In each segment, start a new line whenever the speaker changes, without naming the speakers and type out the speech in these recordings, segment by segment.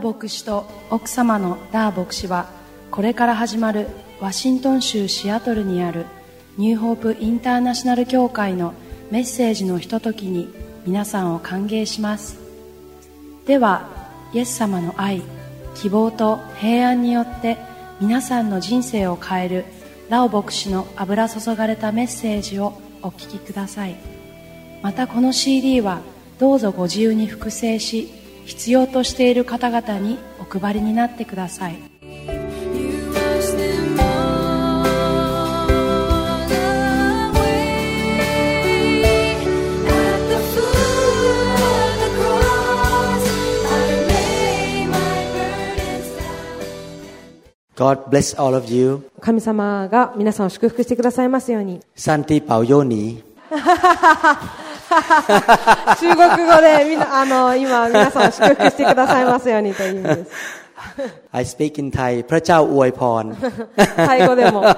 牧師と奥様のダー牧師はこれから始まるワシントン州シアトルにあるニューホープインターナショナル協会のメッセージのひとときに皆さんを歓迎しますではイエス様の愛希望と平安によって皆さんの人生を変えるラオ牧師の油注がれたメッセージをお聞きくださいまたこの CD はどうぞご自由に複製し必要としている方々にお配りになってください
You wash them all away at the foot of the cross. I lay my burdens down.
God bless all of you.
神様が皆さんを祝福してくださいますように
Santi Paoyoni.
中国語でみんなあの今皆さんを祝福してくださいますようにという意味です
I speak in Thai. พระเจ้าอวยพร
タイ語でも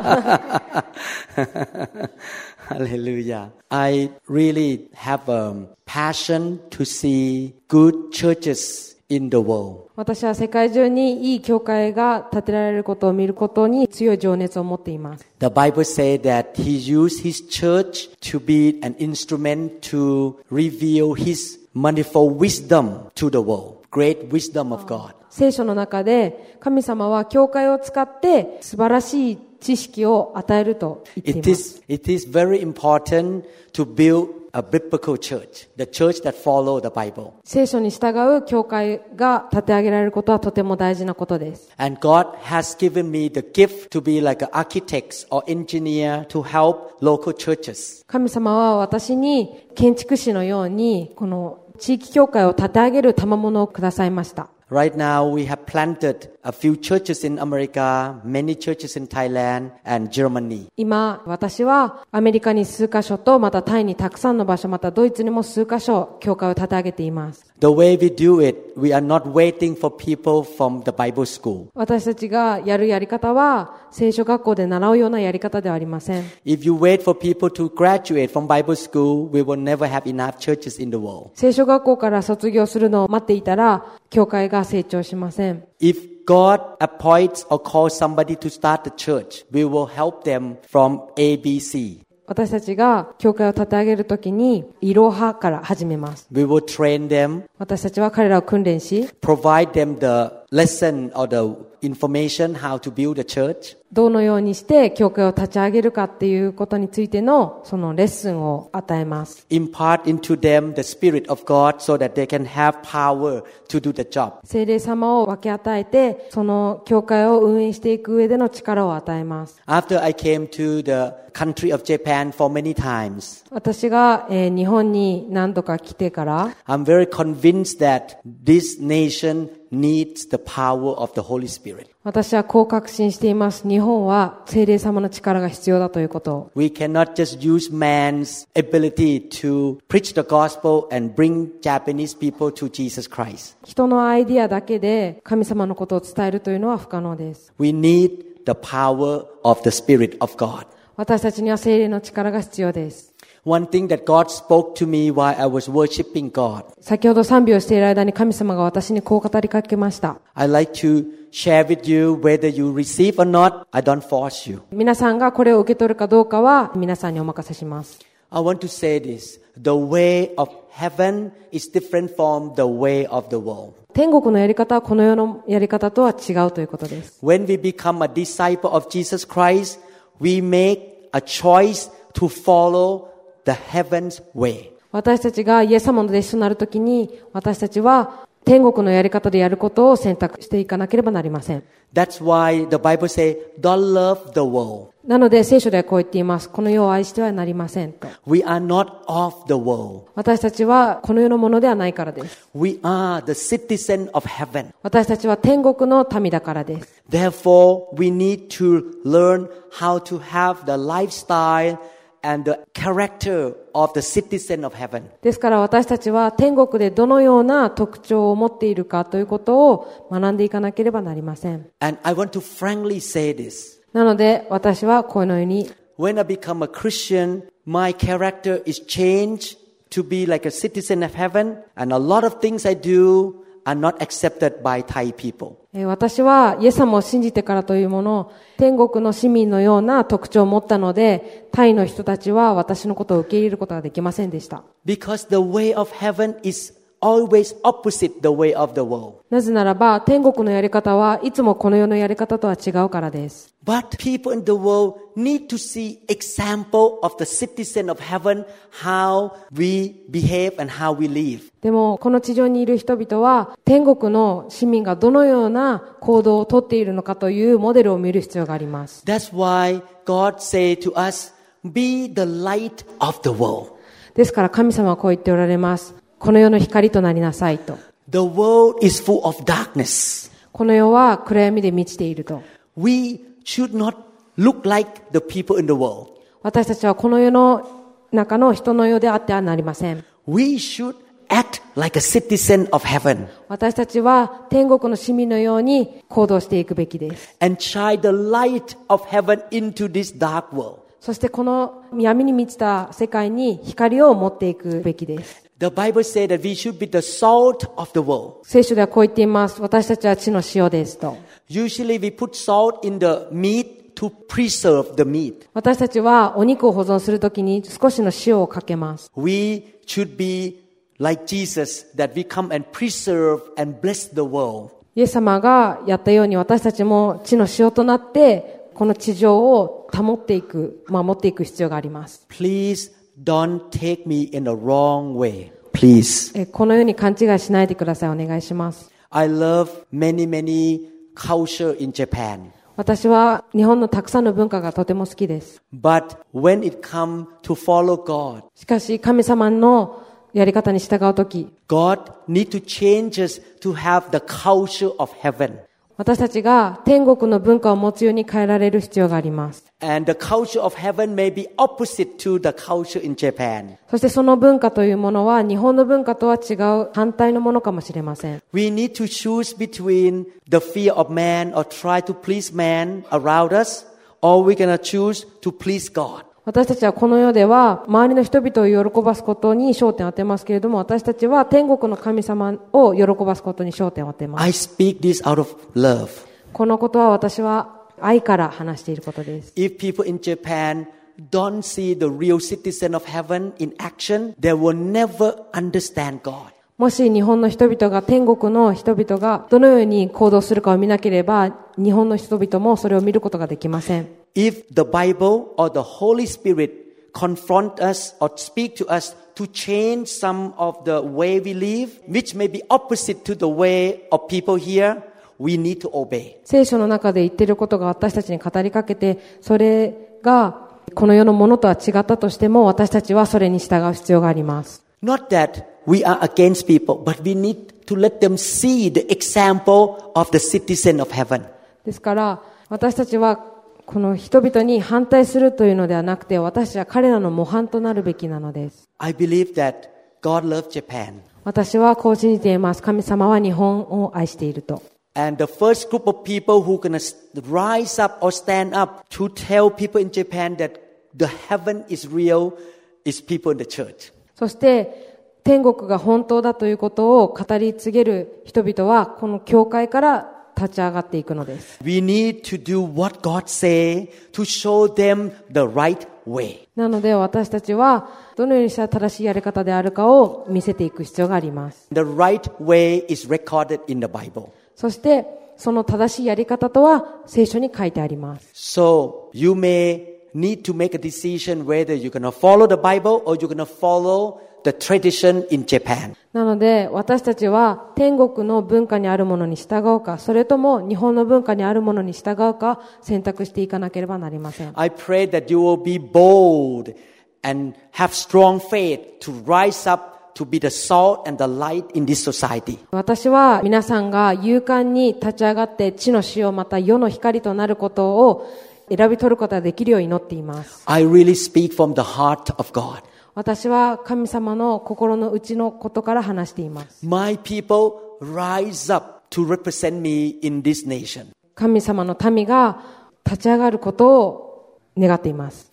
Hallelujah. I really have a passion to see good churches in the world.
私は世界中にいい教会が建てられることを見ることに強い情熱を持っています
The Bible says that he used his church to be an instrument to reveal his manifold wisdom to the world. Great wisdom of God.
聖書の中で神様は教会を使って素晴らしい知識を与えると言っ
It
ています
is, it is very important to build a biblical church, the church that follow the Bible.
聖書に従う教会が立て上げられることはとても大事なことです。
And God has given me the gift to be like an architect or engineer to help local churches.
神様は私に建築士のように、この地域教会を立て上げる賜物をくださいました。
Right now, we have planted a few churches in America, many churches in Thailand and Germany.
今、私はアメリカに数カ所と、またタイにたくさんの場所、またドイツにも数カ所、教会を立て上げています。
The way we do it, we are not waiting for people from the Bible school.
私たちがやるやり方は、聖書学校で習うようなやり方ではありません。
If you wait for people to graduate from Bible school, we will never have enough churches in the world.
聖書学校から卒業するのを待っていたら、教会が成長しません。
If God appoints or calls somebody to start the church, we will help them from ABC.
私たちが教会を立て上げるときに、いろはから始めます。
We will train them,
私たちは彼らを訓練し、
provide them the lesson or the information how to build a church.
どのようにして教会を立ち上げるかっていうことについての、そのレッスンを与えます。
Impart into them the Spirit of God so that they can have power to do the job.
聖霊様を分け与えて、その教会を運営していく上での力を与えます。
After I came to the country of Japan for many times,
私が、えー日本に何度か来てから、
I'm very convinced that this nation needs the power of the Holy Spirit.
私はこう確信しています。日本は聖霊様の力が必要だということを。
We cannot just use man's ability to preach the gospel and bring Japanese people to Jesus Christ.
人のアイディアだけで神様のことを伝えるというのは不可能です。
We need the power of the Spirit of God.
私たちには精霊の力が必要です。
One thing that God spoke to me while I was worshiping God,
先ほど賛美をしている間に神様が私にこう語りかけました。
I like to share with you whether you receive or not, I don't force you.
皆さんがこれを受け取るかどうかは皆さんにお任せします。
I want to say this. The way of heaven is different from the way of the world.
天国のやり方はこの世のやり方とは違うということです。
When we become a disciple of Jesus Christ, we make a choice to follow the heaven's way.
私たちがイエス様の弟子となるときに私たちは天国のやり方でやることを選択していかなければなりません。
That's why the Bible says, don't love the world.
なので聖書ではこう言っています。この世を愛してはなりませんと。
We are not of the world.
私たちはこの世のものではないからです。
We are the citizen of heaven.
私たちは天国の民だからです。
Therefore, we need to learn how to have the lifestyle and the character of the citizen of heaven.
ですから私たちは天国でどのような特徴を持っているかということを学んでいかなければなりません。
And I want to frankly say this.
なので私はこのように
When I become a Christian, my character is changed to be like a citizen of heaven, and a lot of things I do, are not accepted by Thai people.
えー私はイエス様を信じてからというもの、天国の市民のような特徴を持ったので、タイの人たちは私のことを受け入れることができませんでした。
Because the way of heaven is always opposite the way of the world.
なぜならば、天国のやり方はいつもこの世のやり方とは違うからです。
But people in the world need to see example of the citizen of heaven, how we behave and how we live.
でも、この地上にいる人々は、天国の市民がどのような行動をとっているのかというモデルを見る必要があります。
That's why God say to us, be the light of the world.
ですから神様はこう言っておられます。この世の光となりなさいと。
The world is full of darkness.
この世は暗闇で満ちていると。
We should not look like the people in the world.
私たちはこの世の中の人の世であってはなりません。
We should act like a citizen of heaven
私たちは天国の市民のように行動していくべきです。
and shine the light of heaven into this dark world.
そしてこの闇に満ちた世界に光を持っていくべきです。
The Bible says that we should be the salt of the world.
聖書ではこう言っています。私たちは地の塩ですと。
Usually we put salt in the meat to preserve the meat.
私たちはお肉を保存するときに少しの塩をかけます。
We should be like Jesus that we come and preserve and bless the world.
イエス様がやったように私たちも地の塩となって、この地上を保っていく、守っていく必要があります。
Please don't take me in the wrong way. Please.
えこのように勘違いしないでください。お願いします。
I love many many culture in Japan.
私は日本のたくさんの文化がとても好きです。
But when it comes to follow God,
しかし神様のやり方に従うとき、
God need to change us to have the culture of heaven.
私たちが天国の文化を持つように変えられる必要があります。
And the culture of heaven may be opposite to the culture in Japan.
そしてその文化というものは日本の文化とは違う反対のものかもしれません。
We need to choose between the fear of man or try to please man around us, or we're gonna choose to please God.
私たちはこの世では周りの人々を喜ばすことに焦点を当てますけれども、私たちは天国の神様を喜ばすことに焦点を当てます。
I speak this out of love.
このことは私は愛から話していることです。
If people in Japan don't see the real citizen of heaven in action, they will never understand God.
もし日本の人々が天国の人々がどのように行動するかを見なければ、日本の人々もそれを見ることができません。
If the Bible or the Holy Spirit confront us or speak to us to change some of the way we live, which may be opposite to the way of people here, we need to obey.
聖書の中で言っていることが私たちに語りかけて、それがこの世のものとは違ったとしても、私たちはそれに従う必要があります。
Not that we are against people, but we need to let them see the example of the citizen of heaven.
ですから、私たちはこの人々に反対するというのではなくて、私たちは彼らの模範となるべきなのです。
I believe that God loves Japan.
私はこう信じています。神様は日本を愛していると。
And the first group of people who gonna rise up or stand up to tell people in Japan that the heaven is real is people in the church.
そして、天国が本当だということを語り継げる人々は、この教会から立ち上がっていくのです。
We need to do what God say to show them the right way.
なので私たちはどのようにしたら正しいやり方であるかを見せていく必要があります。
The right way is recorded in the Bible.
そしてその正しいやり方とは聖書に書いてあります。
So you may need to make a decision whether you're gonna follow the Bible or you're gonna follow the tradition in Japan.
なので私たちは天国の文化にあるものに従うか、それとも日本の文化にあるものに従うか選択していかなければなりません。
I pray that you will be bold and have strong faith to rise up to be the salt and the light in this society.
私は皆さんが勇敢に立ち上がって地の塩また世の光となることを選び取ることができるよう祈っています。
I really speak from the heart of God.
私は神様の心の内のことから話しています。
My people rise up to represent me in this nation.
神様の民が立ち上がることを願っています。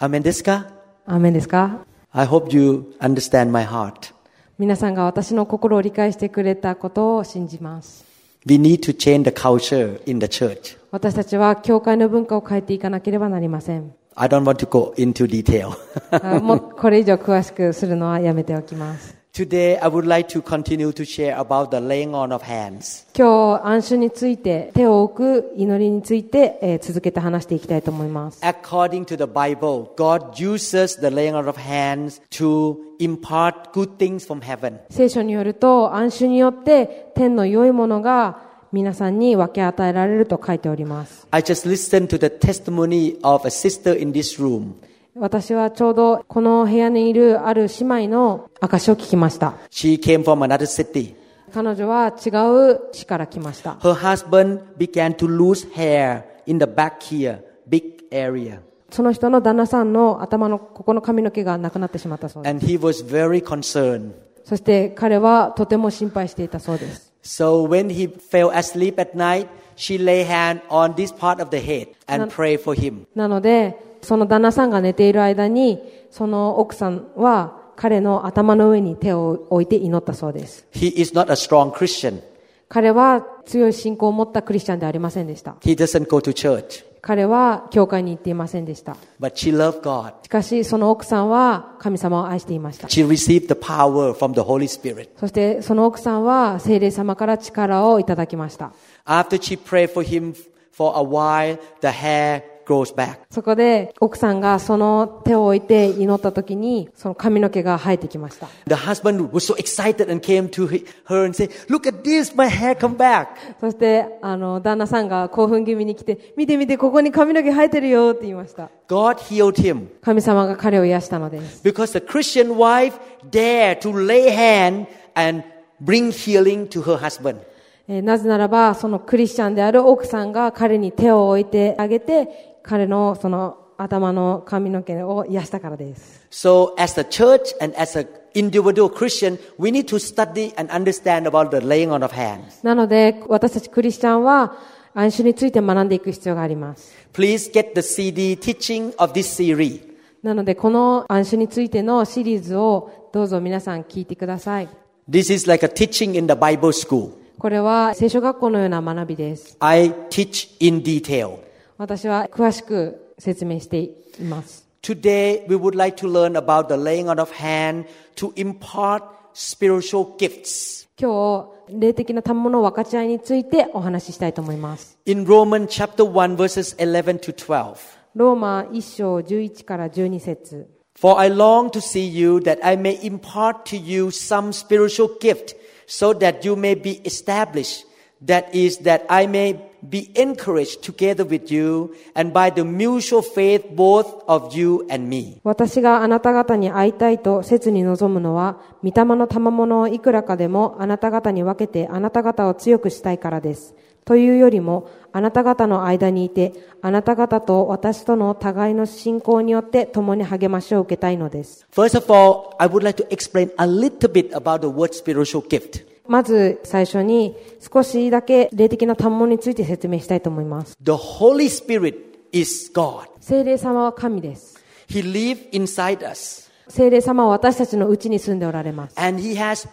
Amen. Desu ka?
アーメンですか
I hope you understand my heart.
皆さんが私の心を理解してくれたことを信じます。
We need to change the culture in the church.
私たちは教会の文化を変えていかなければなりません。
I don't want to go into detail.
あもうこれ以上詳しくするのはやめておきます。
Today, I would like to continue to share about the laying on of hands.
今日、安守について、手を置く祈りについて、えー続けて話していきたいと思います。
According to the Bible, God uses the laying on of hands to impart good things from heaven.
聖書によると、安守によって天の良いものが皆さんに分け与えられると書いております。
I just listened to the testimony of a sister in this room.
私はちょうどこの部屋にいるある姉妹の証を聞きました。
She came from another city.
彼女は違う市から来ました。
Her husband began to lose hair in the back here, big area.
その人の旦那さんの頭のここの髪の毛がなくなってしまったそうです。
And he was very concerned.
そして彼はとても心配していたそうです。
So when he fell asleep at night, she lay hand on this part of the head and pray for him.
なので、その旦那さんが寝ている間に、その奥さんは彼の頭の上に手を置いて祈ったそうです。
He is not a strong Christian.
彼は強い信仰を持ったクリスチャンではありませんでした。
He doesn't go to church,
彼は教会に行っていませんでした。
but she loved God.
しかし、その奥さんは神様を愛していました。
She received the power from the Holy Spirit.
そして、その奥さんは聖霊様から力をいただきました。
After she prayed for him for a while, the hair grows back.
そこで、奥さんがその手を置いて祈った時に、その髪の毛が生えてきました。
The husband was so excited and came to he- her and said, "Look at this, my hair come back."
そして、あの、旦那さんが興奮気味に来て、見て見て、ここに髪の毛生えてるよって言いました。
God healed him
神様が彼を癒したのです。
because the Christian wife dared to lay hand and bring healing to her husband.
えーなぜならば、そのクリスチャンである奥さんが彼に手を置いてあげて、彼のその頭の髪の毛を癒したからです。
So as a church and as an individual Christian, we need to study and understand about the laying on of hands.
なので、私たちクリスチャンは、暗種について学んでいく必要があります。
Please get the CD teaching of this series.
なので、この暗種についてのシリーズをどうぞ皆さん聞いてください。
This is like a teaching in the Bible school.
これは聖書学校のような学びです。
I teach in detail.
私は詳しく説明しています。
Today we would like to learn about the laying on of hand to impart spiritual gifts.
今日、霊的な賜物を分かち合いについてお話ししたいと思います。
In Romans chapter 1 verses 11 to 12.
ローマ1章11から12節
For I long to see you that I may impart to you some spiritual gift so that you may be established. That is, that I may be encouraged together with you and by the mutual faith both of you and me.
私があなた方に会いたいと切に望むのは、御霊の賜物をいくらかでもあなた方に分けてあなた方を強くしたいからです。というよりも、あなた方の間にいて、あなた方と私との互いの信仰によって共に励ましを受けたいのです。
First of all, I would like to explain a little bit about the word spiritual gift.
まず最初に少しだけ霊的な単問について説明したいと思います。
The Holy Spirit is God.
聖霊様は神です。
He lives inside us
聖霊様は私たちのうちに住んでおられます。
and He has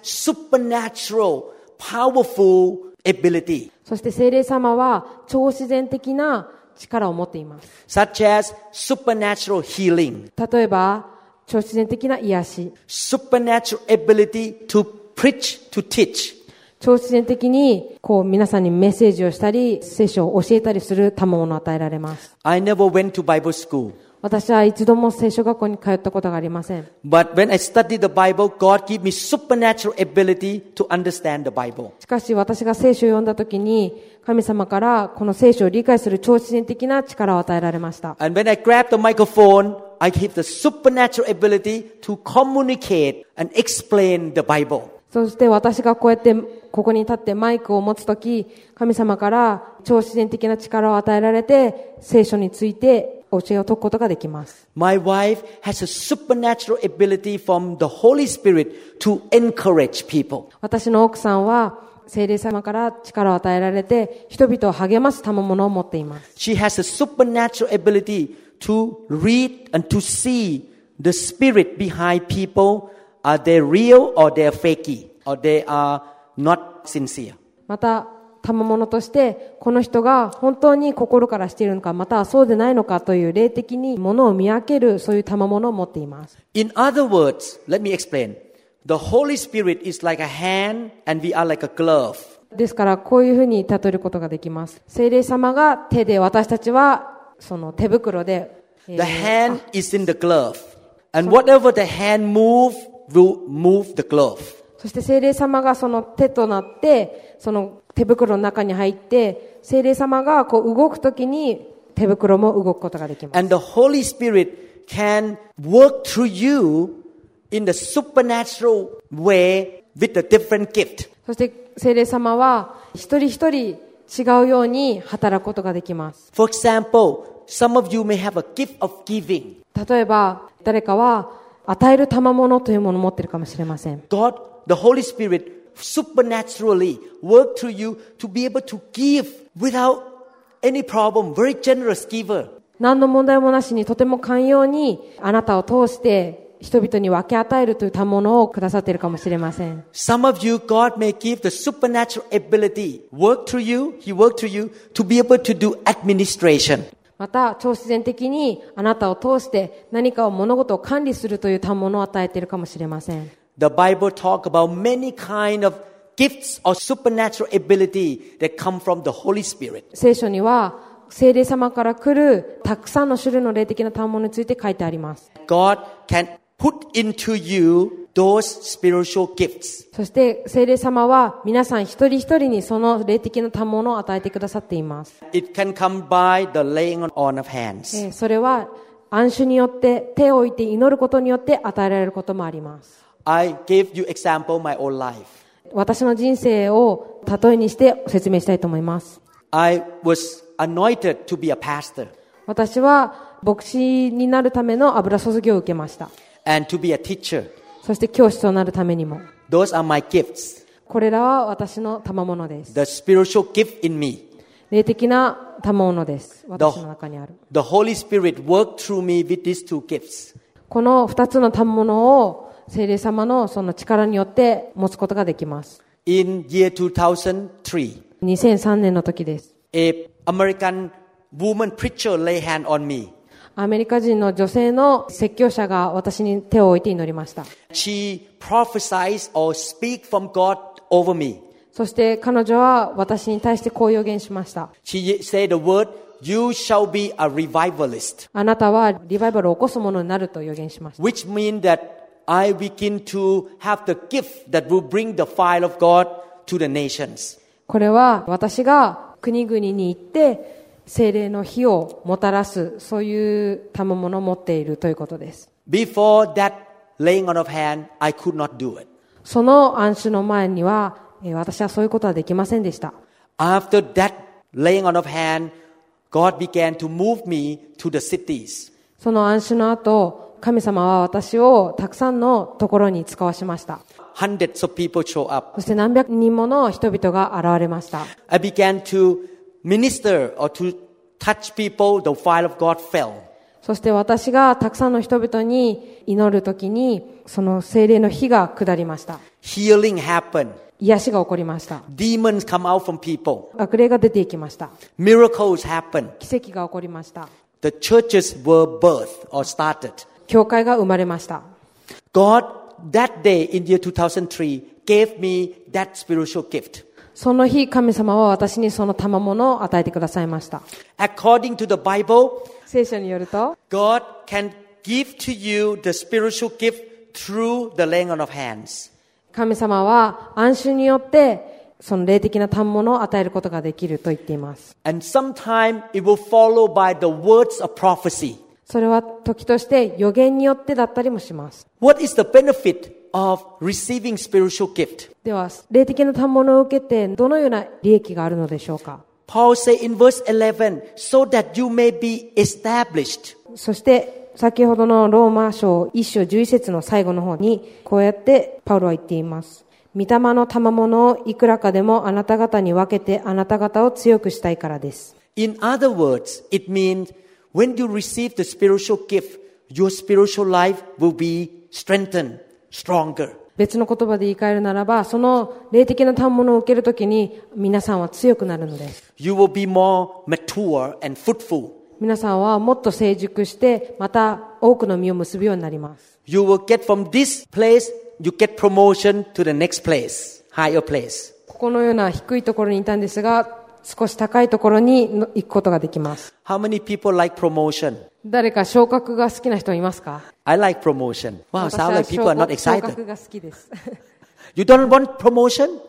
supernatural, powerful ability.
そして聖霊様は超自然的な力を持っています。
such as supernatural healing,
例えば、超自然的な癒し、
supernatural ability to preach, to teach,
超自然的にこう皆さんにメッセージをしたり、聖書を教えたりする賜物を与えられます。
I never went to Bible school.
私は一度も聖書学校に通ったことがありません。
But when I studied the Bible, God gave me supernatural ability to understand the Bible.
しかし私が聖書を読んだ時に、神様からこの聖書を理解する超自然的な力を与えられました。
And when I grabbed the microphone, I gave the supernatural ability to communicate and explain the Bible.
そして私がこうやってここに立ってマイクを持つ時、神様から超自然的な力を与えられて、聖書について教えを解くことができます。
My wife has a supernatural ability from the Holy Spirit to encourage people.
私の奥さんは、聖霊様から力を与えられて、人々を励ます賜物を持っています。
She has a supernatural ability to read and to see the spirit behind people Are they real or they're fakey? Or they are not sincere?
また賜物としてこの人が本当に心からしているのかまたはそうでないのかという霊的にものを見分けるそういう賜物を持っています
In other words, let me explain. The Holy Spirit is like a hand and we are like a glove.
ですからこういうふうに例えることができます聖霊様が手で私たちはその手袋で、えー
The hand is in the glove. And whatever the hand move will move the glove.
そして聖霊様がその手となってその手袋の中に入って聖霊様がこう動くときに手袋も動くことができます
And the Holy Spirit can work through you in the supernatural way with a different gift.
そして聖霊様は一人一人違うように働くことができます
For example, some of you may have a gift of giving.
例えば誰かは与える賜物というものを持っているかもしれません
God, the Holy Spirit, supernaturally work through you to be able to give without any problem. Very generous giver.
何の問題もなしにとても寛容にあなたを通して人々に分け与えるという賜物をくださっているかもしれません
Some of you, God may give the supernatural ability, work through you, He worked through you to be able to do administration.
また超自然的にあなたを通して何かを物事を管理するという賜物を与えているかもしれません
The Bible talk about many kind of gifts or supernatural ability that come from the Holy Spirit.
聖書には聖霊様から来るたくさんの種類の霊的な賜物について書いてあります
God can put into you those spiritual gifts.
そして聖霊様は皆さん一人一人にその霊的な賜物を与えてくださっています
It can come by the laying on of hands.
えーそれは暗種によって手を置いて祈ることによって与えられることもあります
I gave you example my own life.
私の人生を例えにして説明したいと思います
I was anointed to be a pastor
私は牧師になるための油注ぎを受けました
and to be a teacher.
そして教師となるためにも
Those are my gifts.
これらは私の賜物です
The spiritual gift in me.
霊的な賜物です私の中にある
The Holy Spirit worked through me with these two gifts.
この二つの賜物を聖霊様のその力によって持つことができます
In year 2003,
2003年の時です
a American woman preacher lay hand on me.
アメリカ人の女性の説教者が私に手を置いて祈りました。
She prophesied or speak from God over me.
そして彼女は私に対してこう予言しました。
She said the word, you shall be a revivalist.
あなたはリバイバルを起こすものになると予言しました。
which means that I begin to have the gift that will bring the fire of God to the nations.
これは私が国々に行って精霊の火をもたらす、そういう賜物を持っているということです。
Before that laying on of hand, I could not do it.
その暗種の前には、えー私はそういうことはできませんでした。
After that laying on of hand, God began to move me to the cities.
その暗種の後、神様は私をたくさんのところに使わしました。
Hundreds of people show up.
そして何百人もの人々が現れました。
I began to minister or to touch people. The fire of God fell.
そして私がたくさんの人々に祈るときに、その精霊の火が下りました。
Healing happened.
癒しが起こりました。
Demons come out from people.
悪霊が出ていきました。
Miracles happened.
奇跡が起こりました。
The churches were birthed or started.
教会が生まれました。
God, that day in year 2003, gave me that spiritual gift.
その日、神様は私にその賜物を与えてくださいました。
According to the Bible,
聖書によると、
God can give to you the spiritual gift through the laying on of hands.
神様は暗衆によって、その霊的な賜物を与えることができると言っています。
And sometime it will follow by the words of prophecy.
それは時として予言によってだったりもします。
What is the benefit of receiving spiritual gift?
では、霊的な賜物を受けて、どのような利益があるのでしょうか
Paul say in verse 11, so that you may be established.
そして、先ほどのローマ書一章11節の最後の方に、こうやってパウロは言っています。御霊の賜物をいくらかでもあなた方に分けてあなた方を強くしたいからです。
In other words, it means when you receive the spiritual gift, your spiritual life will be strengthened stronger.
別の言葉で言い換えるならば、その霊的な反物を受けるときに、皆さんは強くなるのです。
You will be more mature and fruitful.
皆さんはもっと成熟して、また多くの実を結ぶようになります。
You will get from this place, you get promotion to the next place, higher place.
ここのような低いところにいたんですが、少し高いところにの行くことができます。
How many people like promotion?
誰か昇格が好きな人いますか
I like promotion. Wow,
私
sounds
は
like people are not
昇格
excited.
が好きです。
You don't want promotion?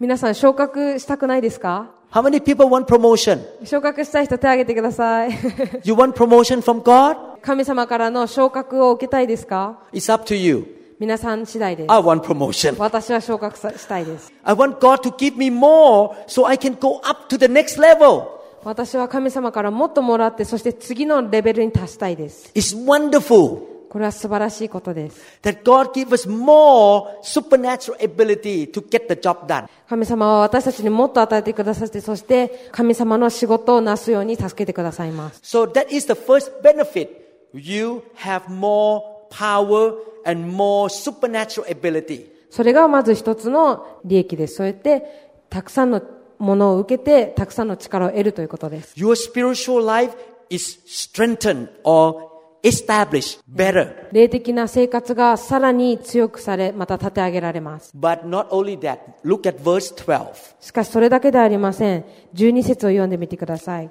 皆さん昇格したくないですか
How many people want promotion?
昇格したい人手を挙げてください。
You want promotion from God?
神様からの昇格を受けたいですか
It's up to you.
皆さん次第です
I。want promotion.
私は昇格さしたいです。
I want God to give me more so I can go up to the next level.
私は神様からもっともらって、そして次のレベルに達したいです。
It's wonderful
これは素晴らしいことです。
that God give us more supernatural ability to get the job done.
神様は私たちにもっと与えてくださって、そして神様の仕事をなすように助けてくださいます。
So that is the first benefit. You have more power and more supernatural ability.
それがまず一つの利益です。そうやって、たくさんのものを受けて、たくさんの力を得るということです。
Your spiritual life is strengthened or established better.
霊的な生活がさらに強くされ、また立て上げられます。
But not only that, look at verse 12.
しかしそれだけではありません。12節を読んでみてください。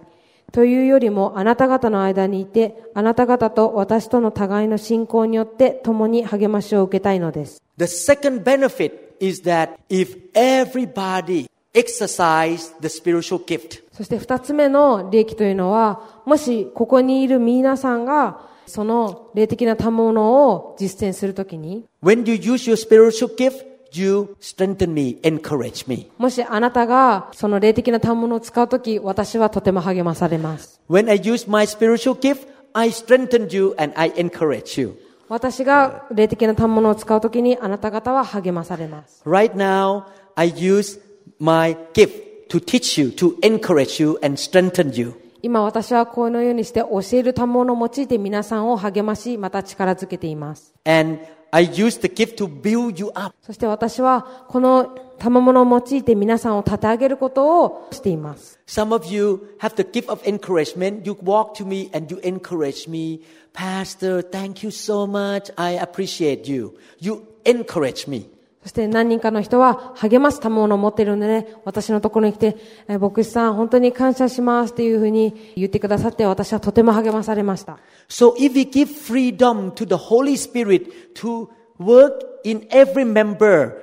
というよりも、あなた方の間にいて、あなた方と私との互いの信仰によって、共に励ましを受けたいのです。
The second benefit is that if everybody exercise the spiritual gift,
そして二つ目の利益というのは、もしここにいる皆さんが、その霊的な賜物を実践するときに、
when you use your spiritual gift, you strengthen me, encourage me.
もしあなたがその霊的な賜物を使うとき、私はとても励まされます。
When I use my spiritual gift, I strengthen you and I encourage you.
私が霊的な賜物を使うときに、あなた方は励まされます。
Right now, I use my gift to teach you, to encourage you and strengthen you.
今私はこのようにして教える賜物を用いて皆さんを励まし、また力づけています。
And I use the gift to build you up.
そして私はこの賜物を用いて皆さんを立て上げることをしています。
Some of you have the gift of encouragement. You walk to me and you encourage me. Pastor, thank you so much. I appreciate you. You encourage me.
そして何人かの人は励ます賜物を持っているので、私のところに来て、えー牧師さん本当に感謝しますっていうふうに言ってくださって私はとても励まされました。
So if we give freedom to the Holy Spirit to work in every member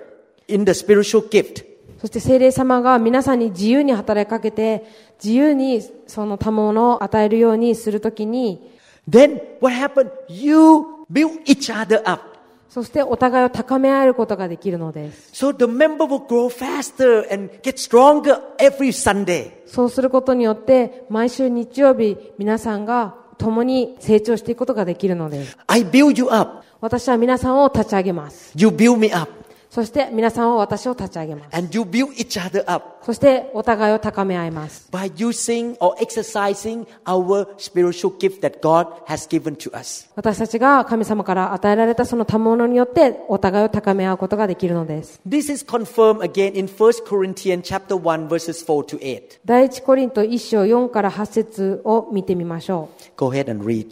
in the spiritual gift,
そして聖霊様が皆さんに自由に働きかけて、自由にその賜物を与えるようにするときに、
then what happened? You build each other up.
そしてお互いを高め合えることができるのです。
So the member will grow faster and get stronger every Sunday.
そうすることによって、毎週日曜日、皆さんが共に成長していくことができるのです。
I build you up.
私は皆さんを立ち上げます。
You build me up.
そして皆さんを私を立ち上げます。
And you build each other up.
そしてお互いを高め合います。
by using or exercising our spiritual gift that God has given to us.
私たちが神様から与えられたその賜物によってお互いを高め合うことができるのです。
This is confirmed again in 1 Corinthians chapter 1 verses 4 to 8.
第一コリント1章4から8節を見てみましょう。
Go ahead and read.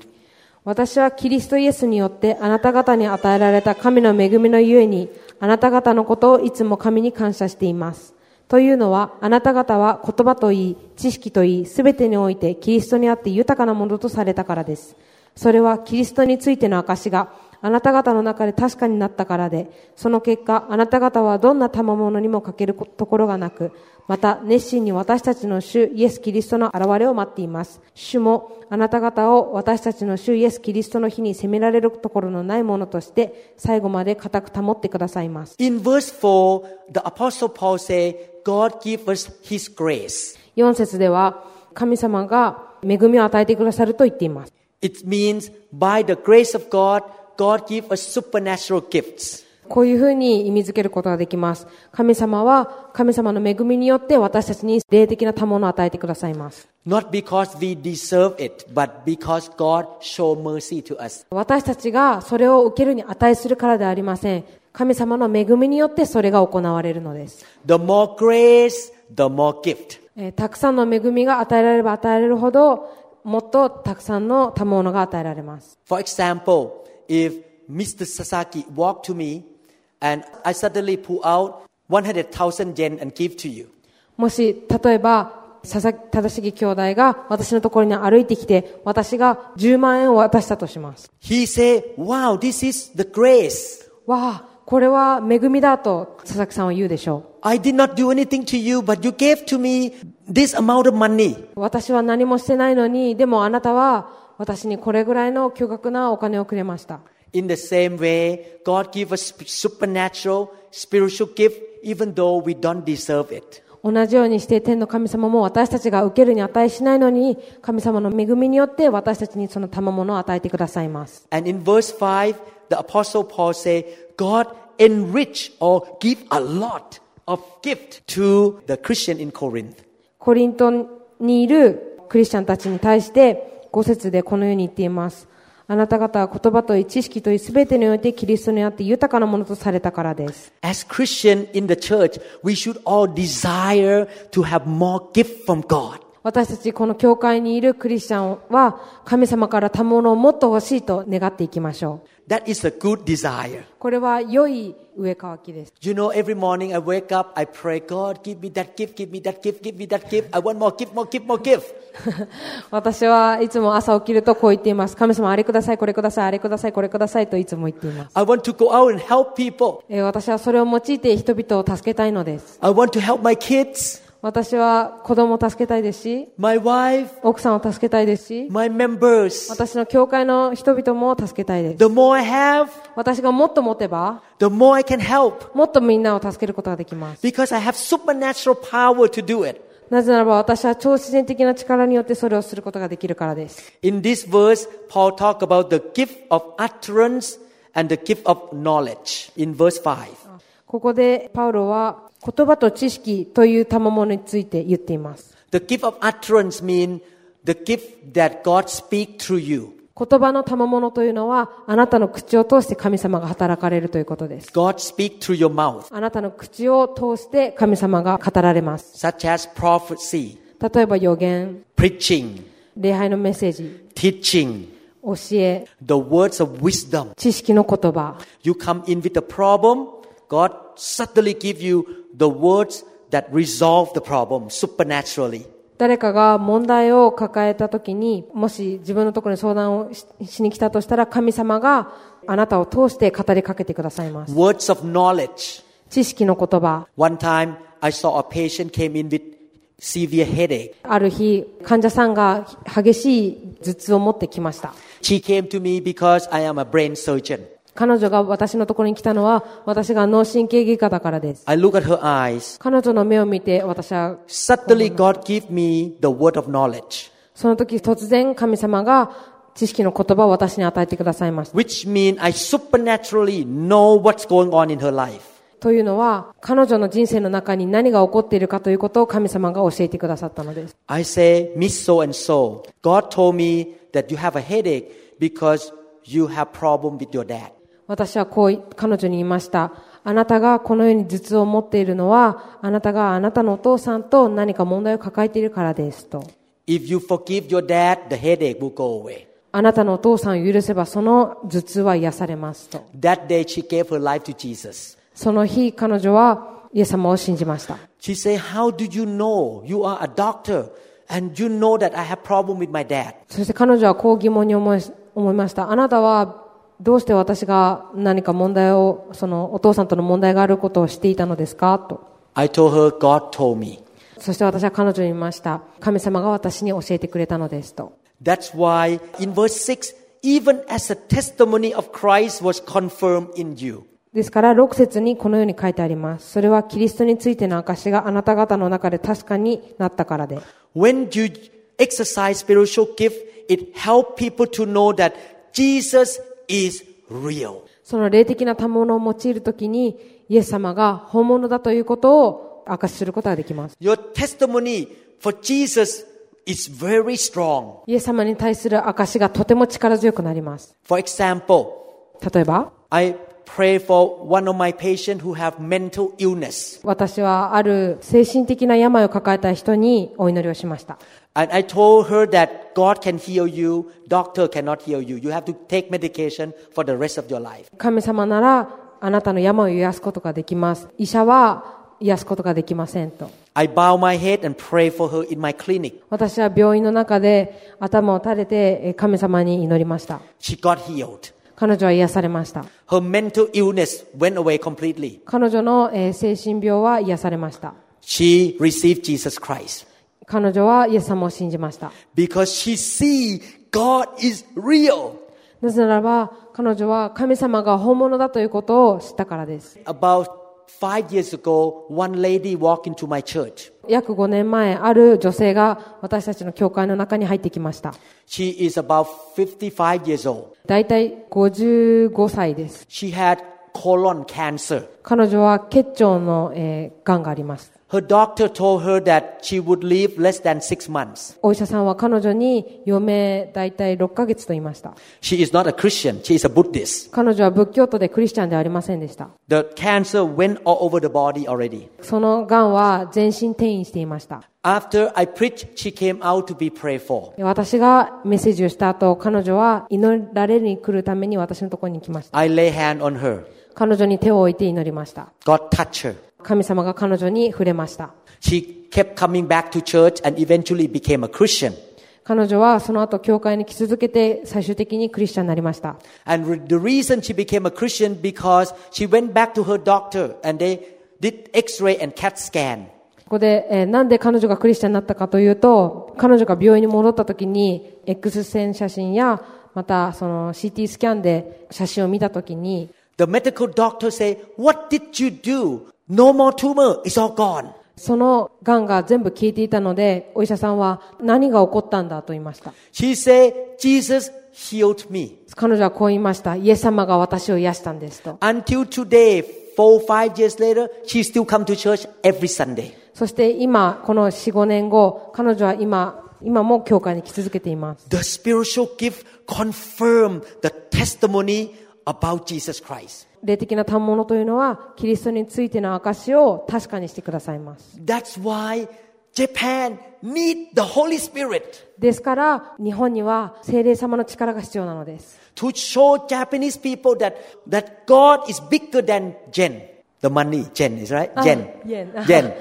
私はキリストイエスによってあなた方に与えられた神の恵みのゆえにあなた方のことをいつも神に感謝しています。というのはあなた方は言葉といい、知識といい、すべてにおいてキリストにあって豊かなものとされたからです。それはキリストについての証があなた方の中で確かになったからで、その結果あなた方はどんな賜物にも欠けるところがなく、また熱心に私たちの主イエス・キリストの現れを待っています。主もあなた方を私たちの主イエス・キリストの日に責められるところのないものとして、最後まで固く保ってくださいます。
In verse 4, the apostle Paul says, God give us his grace.
4節では、神様が恵みを与えてくださると言っています。
It means by the grace of God, God give us supernatural gifts.
こういうふうに意味づけることができます。神様は、神様の恵みによって私たちに霊的な賜物を与えてくださいます。
Not because we deserve it, but because God show mercy to us.
私たちがそれを受けるに値するからではありません。神様の恵みによってそれが行われるのです。
The more grace, the more gift.
えーたくさんの恵みが与えられれば与えられるほど、もっとたくさんの賜物が与えられます。
For example, if Mr. Sasaki walked to me and I suddenly pull out 100,000 yen and give to you,
もし、例えば、佐々木正成兄弟が私のところに歩いてきて、私が10万円を渡したとします。
he say, wow, this is the grace.
わあ、これは恵みだと佐々木さんは言うでしょ
I did not do anything to you, but you gave to me this amount of money.
う。私は何もしてないのに、でもあなたは私にこれぐらいの巨額なお金をくれました。
In the same way, God give us supernatural, spiritual gift, even though we don't deserve it.
同じようにして天の神様も私たちが受けるに値しないのに、神様の恵みによって私たちにその賜物を与えてくださいます。
And in verse 5, the apostle Paul say, God enrich or give a lot of gift to the Christian in Corinth.
コリントにいるクリスチャンたちに対して、5節でこのように言っています。あなた方は言葉といい知識といい全てにおいてキリストにあって豊かなものとされたからです。
As Christian in the church, we should all desire to have more gift from God.
私たちこの教会にいるクリスチャンは神様から賜物をもっと欲しいと願っていきましょ
That is a good desire.
う。これは良い上乾きです。
You know, every morning I wake up, I pray, God, give me that gift, give me that gift, give me that gift. I want more gift, more gift, more gift.
私はいつも朝起きるとこう言っています。神様あれください、これください、あれください、これくださいといつも言っています。
I want to go out and help people.
えー私はそれを用いて人々を助けたいのです。
I want to help my kids,
私は子供を助けたいですし、
my wife,
奥さんを助けたいですし、
my members.
私の教会の人々も助けたいです。
The more I have,
私がもっと持てば、
the more I can help
もっとみんなを助けることができます。
because I have supernatural power to do it.
なぜならば私は超自然的な力によってそれをすることができるからです。
In this verse, Paul talked about the gift of utterance and the gift of knowledge in verse 5.
ここでパウロは言葉と知識という賜物について言っています。
The gift of utterance means the gift that God speaks through you.
言葉の賜物というのはあなたの口を通して神様が働かれるということです。
God speaks through your mouth,
あなたの口を通して神様が語られます。
such as prophecy,
例えば予言、
preaching,
礼拝のメッセージ、
teaching,
教え、
the words of wisdom.
知識の言葉。
You come in with a problem, God suddenly give you the words that resolve the problem supernaturally.
誰かが問題を抱えた時に、もし自分のところに相談をししに来たとしたら、神様があなたを通して語りかけてくださいます。
Words of knowledge.
知識の言葉。
One time, I saw a patient came in with severe headache.
ある日、患者さんが激しい頭痛を持ってきました。
She came to me because I am a brain surgeon.
彼女が私のところに来たのは、私が脳神経外科だからです。
I look at her eyes.
彼女の目を見て、私は、
Suddenly, God give me the word of knowledge,
その時突然神様が知識の言葉を私に与えてくださいました。
which means I supernaturally know what's going on in her life.
というのは、彼女の人生の中に何が起こっているかということを神様が教えてくださったのです。
I say, Miss so and so, God told me that you have a headache because you have problem with your dad.
私はこう、彼女に言いました。あなたがこのように頭痛を持っているのは、あなたがあなたのお父さんと何か問題を抱えているからですと。
If you forgive your dad, the headache will go away.
あなたのお父さんを許せばその頭痛は癒されますと。
That day, she gave her life to Jesus.
その日彼女はイエス様を信じました。
She said, How do you know you are a doctor and you know that I have problem with my dad?
そして彼女はこう疑問に思い思いました。あなたはどうして私が何か問題を、そのお父さんとの問題があることを知っていたのですかと。
I told her, God told me.
そして私は彼女に言いました。神様が私に教えてくれたのですと。
That's why in verse 6, even as the testimony of Christ was confirmed in you.
ですから、6節にこのように書いてあります。それはキリストについての証があなた方の中で確かになったからで。
When you exercise spiritual gift, it helps people to know that Jesus is real.
その霊的な賜物を用いるときに、イエス様が本物だということを証しすることができます。
Your testimony for Jesus is very strong.
イエス様に対する証がとても力強くなります。
For example,
例えば、
I pray for one of my patients who have mental illness.
私はある精神的な病を抱えた人にお祈りをしました。
And I told her that God can heal you, doctor cannot heal you. You have to take medication for the rest of your life.
神様ならあなたの病を癒すことができます。医者は癒すことができませんと。
I bow my head and pray for her in my clinic.
私は病院の中で頭を垂れてえ神様に祈りました。
She got healed.
彼女は癒されました。
Her mental illness went away completely.
彼女のえー精神病は癒されました。
She received Jesus Christ
彼女はイエス様を信じました。
because she see God is real.
なぜならば、彼女は神様が本物だということを知ったからです。
About five years ago, one lady walked into my church.
約5年前、ある女性が私たちの教会の中に入ってきました。
She is about 55 years old.
だいたい55歳です。
She had colon cancer.
彼女は血腸の、えー、癌があります。
Her doctor told her that she would live less than six months.
お医者さんは彼女に余命だいたい6ヶ月と言いました。
She is not a Christian. She is a Buddhist.
彼女は仏教徒でクリスチャンではありませんでした。
The cancer went all over the body already.
その癌は全身転移していました。
After I preached, she came out to be prayed for.
私がメッセージをした後、彼女は祈られに来るために私のところに来ました。
I lay hand on her.
彼女に手を置いて祈りました。
God touched her.
神様が彼女に触れました。
She kept coming back to church and eventually became a Christian.
彼女はその後教会に来続けて最終的にクリスチャンになりました。
And re- the reason she became a Christian because she went back to her doctor and they did x-ray and CAT scan.
ここで、えーなんで彼女がクリスチャンになったかというと、彼女が病院に戻った時に X 線写真やまたその CT スキャンで写真を見た時に
The medical doctor say, what did you do? No more tumor. It's all gone.
その癌が全部消えていたので、お医者さんは何が起こったんだと言いました。
She said, Jesus healed me.
彼女はこう言いました。イエス様が私を癒したんですと。
Until today, four, five years later, she still come to church every Sunday.
そして今、この4、5年後、彼女は今、今も教会に来続けています。
The spiritual gift confirmed the testimony about Jesus Christ.
霊的な反物というのは、キリストについての証を確かにしてくださいます。
That's why Japan need the Holy Spirit
ですから、日本には聖霊様の力が必要なのです。
to show Japanese people that, that God is bigger than yen. The money, yen is right?
あ
Yen.
円
Yen.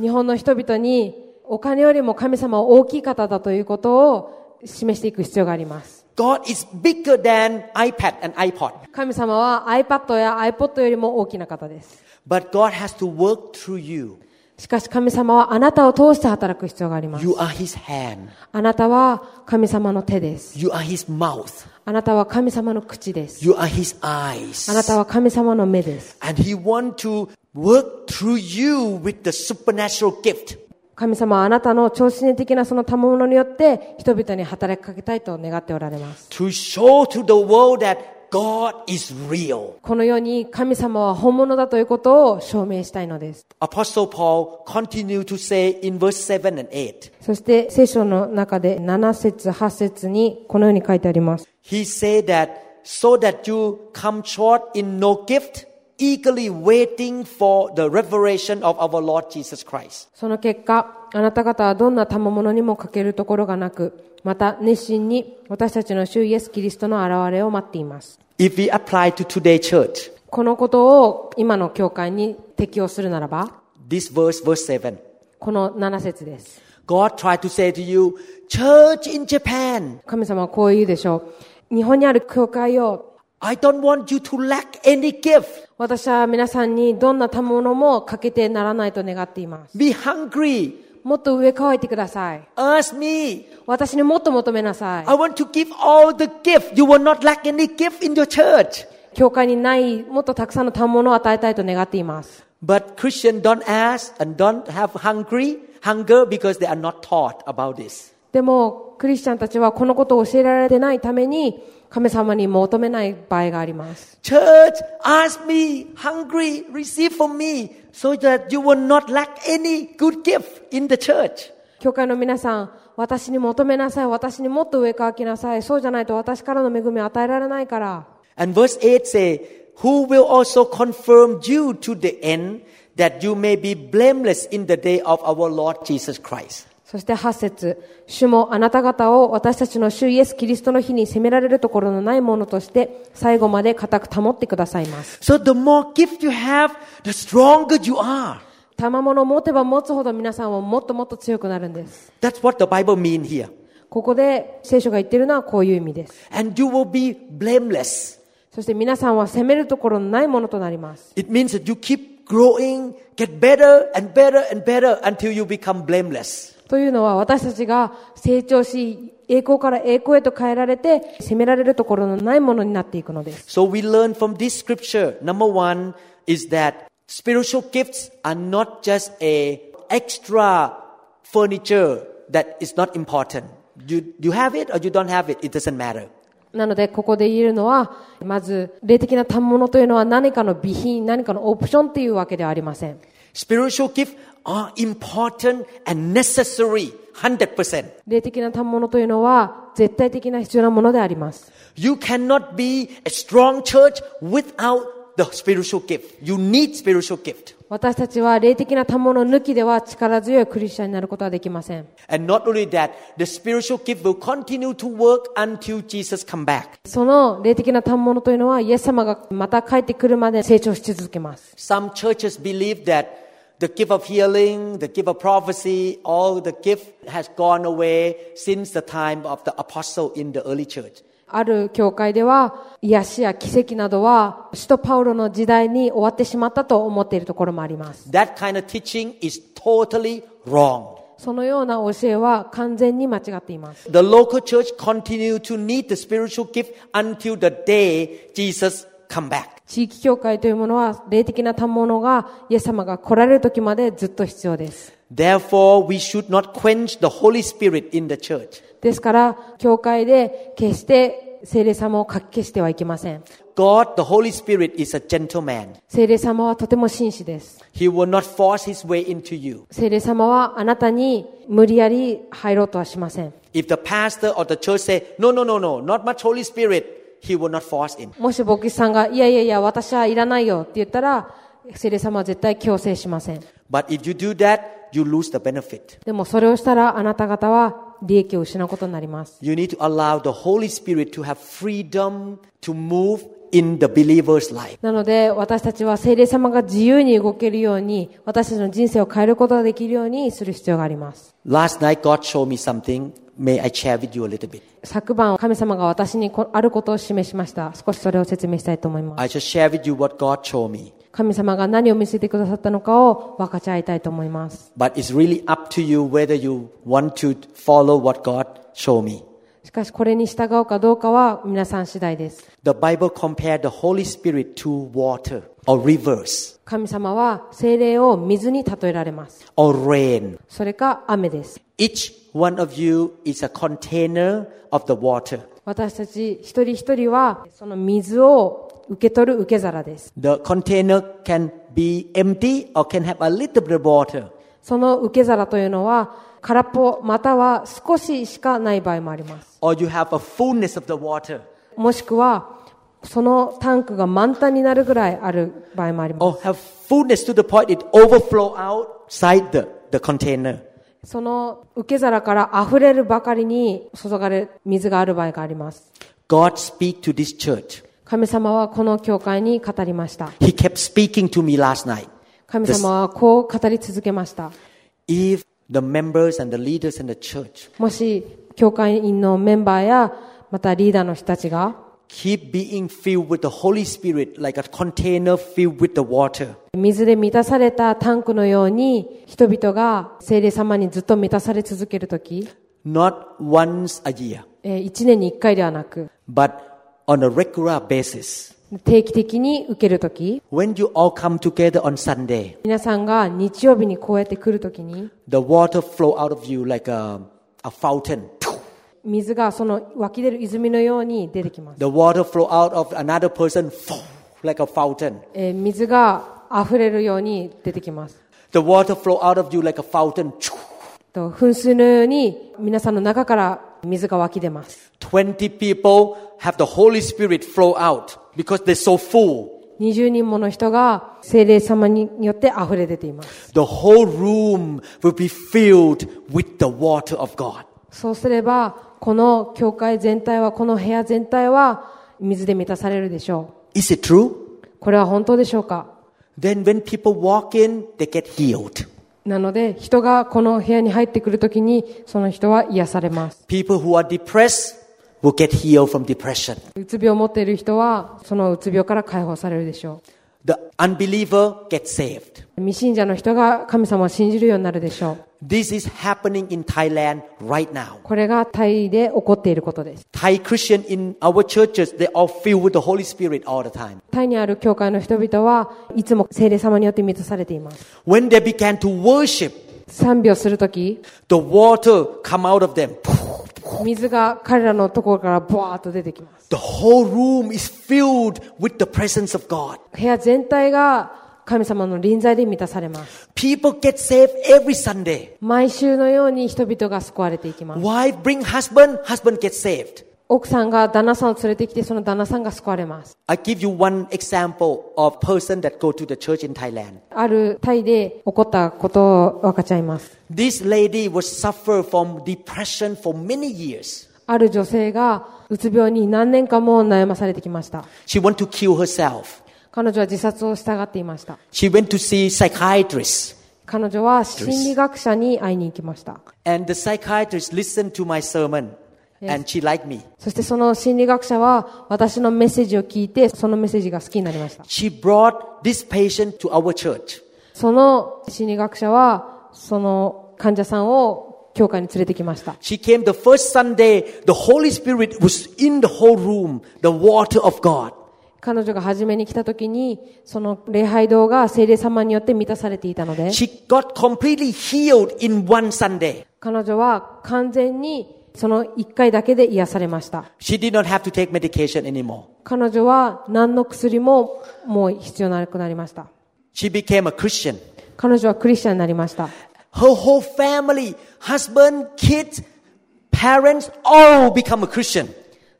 日本の人々に、お金よりも神様は大きい方だということを示していく必要があります。
God is bigger than iPad and iPod.
神様は iPad や iPod よりも大きな方です。
But God has to work through you.
しかし神様はあなたを通して働く必要があります。
You are His hand.
あなたは神様の手です。
You are His mouth.
あなたは神様の口です。
You are His
あな
eyes.
たは神様の目です。
And He wants to work through you with the supernatural gift.
神様はあなたの超自然的なその賜物によって人々に働きかけたいと願っておられます。
to show to the world that God is real.
このように神様は本物だということを証明したいのです。
Apostle Paul continued to say in verse 7 and 8,
そして聖書の中で7節8節にこのように書いてあります。
he said that so that you come short in no gift, eagerly waiting for the revelation of our Lord Jesus Christ.
その結果、あなた方はどんな賜物にも欠けるところがなく、また熱心に私たちの主イエス・キリストの現れを待っています。
If we apply to today church,
このことを今の教会に適用するならば、
this verse, verse 7,
この7節です。
God tried to say to you, church in Japan,
神様はこう言うでしょう。日本にある教会を、
I don't want you to lack any gift.
私は皆さんにどんな賜物も欠けてならないと願っています。
Be hungry.
もっと上乾いてください。
Ask me.
私にもっと求めなさ
I
い。
want to give all the gift. You will not lack any gift in your church.
教会にない、もっとたくさんの賜物を与えたいと願っています。
But Christian don't ask and don't have hungry hunger because they are not taught about this.
でも、クリスチャンたちはこのことを教えられてないために、神様に求めない場合があります。
Church, ask me, hungry, receive from me, so that you will not lack any good gift in the church.
教会の皆さん、私に求めなさい、私にもっと上から来なさい、そうじゃないと私からの恵みを与えられないから。
And verse 8 say, who will also confirm you to the end that you may be blameless in the day of our Lord Jesus Christ.
そして8節主もあなた方を私たちの主イエス・キリストの日に責められるところのないものとして、最後まで固く保ってくださいます。
So the more gift you have, the stronger you are.
賜物を持てば持つほど皆さんはもっともっと強くなるんです。
That's what the Bible means here.
ここで聖書が言ってるのはこういう意味です。
And you will be blameless.
そして皆さんは責めるところのないものとなります。
It means that you keep growing, get better and better and better until you become blameless.
というのは私たちが成長し、栄光から栄光へと変えられて、責められるところのないものになっていくのです。
So we learn from this scripture. Number one is that spiritual gifts are not just a extra furniture that is not important. You, you have it or you don't have it, it doesn't matter.
なので、ここで言えるのは、まず、霊的な賜物というのは何かの備品、何かのオプションというわけではありません。
Spiritual gifts are important and necessary, 100%.
霊的な賜物というのは、絶対的な必要なものであります。
You cannot be a strong church without the spiritual gift. You need spiritual gift.
私たちは霊的な賜物抜きでは力強いクリスチャンになることはできません。
And not only that, the spiritual gift will continue to work until Jesus come back.
その霊的な賜物というのは、イエス様がまた帰ってくるまで成長し続けます。
Some churches believe that the gift of healing, the gift of prophecy, all the gift has gone away since the time of the apostle in the early church.
ある教会では、癒しや奇跡などは、使徒パウロの時代に終わってしまったと思っているところもあります。
That kind of teaching is totally wrong.
そのような教えは完全に間違っています。
The local church continue to need the spiritual gift until the day Jesus come back.
地域教会というものは、霊的な賜物が、イエス様が来られる時までずっと必要です。
Therefore, we should not quench the Holy Spirit in the church.
ですから、教会で決して聖霊様をかき消してはいけません。
God, the Holy Spirit, is a gentleman.
聖霊様はとても紳士です。
He will not force his way into you.
聖霊様はあなたに無理やり入ろうとはしません。
If the pastor or the church say, no, no, no, no, not much Holy Spirit, he will not force him.
もし牧師さんが、いやいやいや、私はいらないよって言ったら、聖霊様は絶対強制しません。
But if you do that, you lose the benefit.
でもそれをしたらあなた方は利益を失うことになります。
You need to allow the Holy Spirit to have freedom to move in the believer's life.
なので私たちは聖霊様が自由に動けるように、私たちの人生を変えることができるようにする必要があります。
Last night, God showed me something. May I share with you a little bit?
昨晩神様が私にこあることを示しました。少しそれを説明したいと思います。
I just share with you what God showed me.
神様が何を見せてくださったのかを分かち合いたいと思います。
But it's really up to you whether you want to follow what God showed me.
しかしこれに従うかどうかは皆さん次第です。
The Bible compared the Holy Spirit to water or rivers
神様は聖霊を水に例えられます。
or rain.
それか雨です。
Each one of you is a container of the water.
私たち一人一人はその水を受け取る受け皿です。
The container can be empty or can have a little bit of water.
その受け皿というのは空っぽまたは少ししかない場合もあります。
Or you have a fullness of the water.
もしくはそのタンクが満タンになるぐらいある場合もあります。
Or have fullness to the point it overflow outside the, the container.
その受け皿から溢れるばかりに注がれる水がある場合があります。
God speak to this church.
神様はこの教会に語りました。
He kept speaking to me last night.
神様はこう語り続けました。
If the members and the leaders in the church
もし教会員のメンバーやまたリーダーの人たちが
keep being filled with the Holy Spirit like a container filled with the water,
水で満たされたタンクのように人々が聖霊様にずっと満たされ続けるとき、
not once a year,
えー1年に1回ではなく
but on a regular basis.
定期的に受けるとき、
When you all come together on Sunday,
皆さんが日曜日にこうやって来るときに
the water flow out of you like a, a fountain.
水がその湧き出る泉のように出てきます。
The water flow out of another person like a fountain.
えー水が溢れるように出てきます。
The water flow out of you like a fountain.
と噴水のように皆さんの中から水が湧き出ます。
20 people have the Holy Spirit flow out because they're so full.
20人もの人が聖霊様によって溢れ出ています。
The whole room will be filled with the water of God.
そうすれば、この教会全体は、この部屋全体は水で満たされるでしょ
Is it true?
う。これは本当でしょうか
Then when people walk in, they get healed.
なので、人がこの部屋に入ってくるときに、その人は癒されます。
People who are depressed will get healed from depression.
うつ病を持っている人は、そのうつ病から解放されるでしょ
The unbeliever gets saved.
う。未信者の人が神様を信じるようになるでしょう。
This is happening in Thailand right now.
これがタイで起こっていることです。
Thai Christian in our churches, they all filled with the Holy Spirit all the time.
タイにある教会の人々はいつも聖霊様によって満たされています。
When they began to worship,
賛美をするとき、
the water come out of them.
水が彼らのところからボワーッと出てきます。
The whole room is filled with the presence of God.
部屋全体が神様の臨在で満たされます。
People get saved every Sunday.
毎週のように人々が救われていきます。
Wife bring husband, husband gets saved.
奥さんが旦那さんを連れてきて、その旦那さんが救われます。
I give you one example of person that go to the church in Thailand.
あるタイで起こったことを分かちゃいます。
This lady was suffer from depression for many years.
ある女性がうつ病に何年間も悩まされてきました。
She want to kill herself.
彼女は自殺をしたがっていました。
She went to see psychiatrist
彼女は心理学者に会いに行きました。
and the psychiatrist listened to my sermon and she liked me.
そしてその心理学者は私のメッセージを聞いて、そのメッセージが好きになりました。
She brought this patient to our church.
その心理学者は、その患者さんを教会に連れてきました。
She came the first Sunday, the Holy Spirit was in the whole room, the water of God.
彼女が初めに来た時に、その礼拝堂が聖霊様によって満たされていたので、
She got completely healed in one Sunday.
彼女は完全にその一回だけで癒されました。
She did not have to take medication anymore.
彼女は何の薬ももう必要なくなりました。
She became a Christian.
彼女はクリスチャンになりました。
Her whole family, husband, kids, parents, all become a Christian.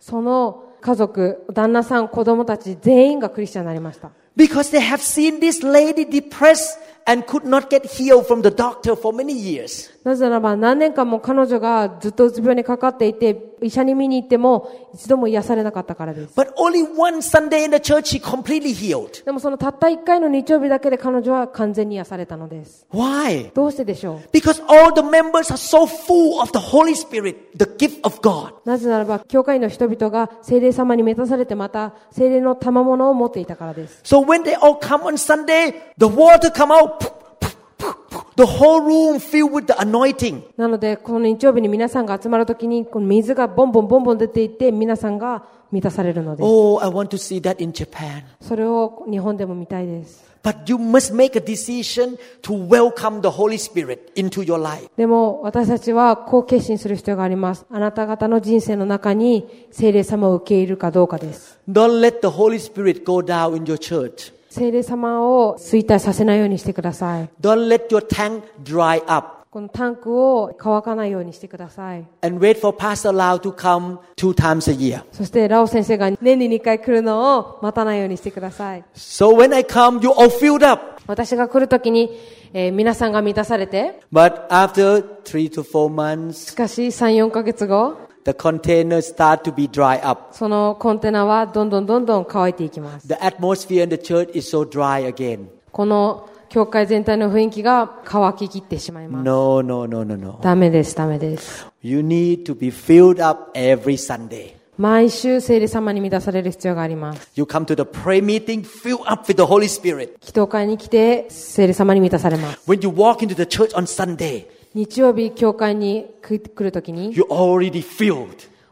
その家族、旦那さん、子供たち全員がクリスチャンになりました。
Because they have seen this lady depressed and could not get healed from the doctor for many years.
なぜならば何年間も彼女がずっとうつ病にかかっていて、医者に見に行っても一度も癒されなかったからです。
But only one Sunday in the church, she completely healed.
でもそのたった一回の日曜日だけで彼女は完全に癒されたのです。
Why?
どうしてでしょう
Because all the members are so full of the Holy Spirit, the gift of God.
なぜならば、教会の人々が精霊様に満たされてまた、精霊の賜物を持っていたからです。
So when they all come on Sunday, the water come out. The whole room filled with the anointing.
なので、この日曜日に皆さんが集まるときに、この水がボンボンボンボン出ていって、皆さんが満たされるのです。
Oh, I want to see that in Japan.
それを日本でも見たいです。
But you must make a decision to welcome the Holy Spirit into your life.
でも私たちはこう決心する必要があります。あなた方の人生の中に聖霊様を受け入れるかどうかです。
Don't let the Holy Spirit go down in your church.
聖霊様を衰退させないようにしてください。
Don't let your tank dry up
このタンクを乾かないようにしてください。
and wait for Pastor Lau to come two times a year.
そしてラオ先生が年に2回来るのを待たないようにしてください。
So when I come, you all filled up.
私が来るときに、えー皆さんが満たされて、
But after three to four months,
しかし3、4ヶ月後、
the containers start to be dry up.
そのコンテナはどんどんどんどん乾いていきます。
The atmosphere in the church is so dry again.
この教会全体の雰囲気が乾ききってしまいます。
No, no, no, no, no.
ダメです、ダメです。
You need to be filled up every Sunday.
毎週聖霊様に満たされる必要があります。
You come to the prayer meeting, fill up with the Holy Spirit.
祈祷会に来て聖霊様に満たされます。
When you walk into the church on Sunday,
日曜日教会に来るときに、
you're already filled.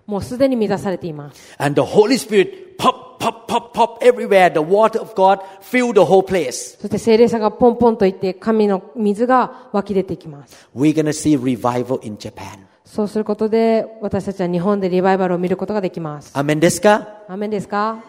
もうすでに満たされています。
And the Holy Spirit pop, pop, pop, pop everywhere. The water of God fill the whole place.
そして聖霊さんがポンポンと言って神の水が湧き出てきます。
We're going to see revival in Japan.
そうすることで私たちは日本でリバイバルを見ることができます。
Amen, Deska.
アーメンですか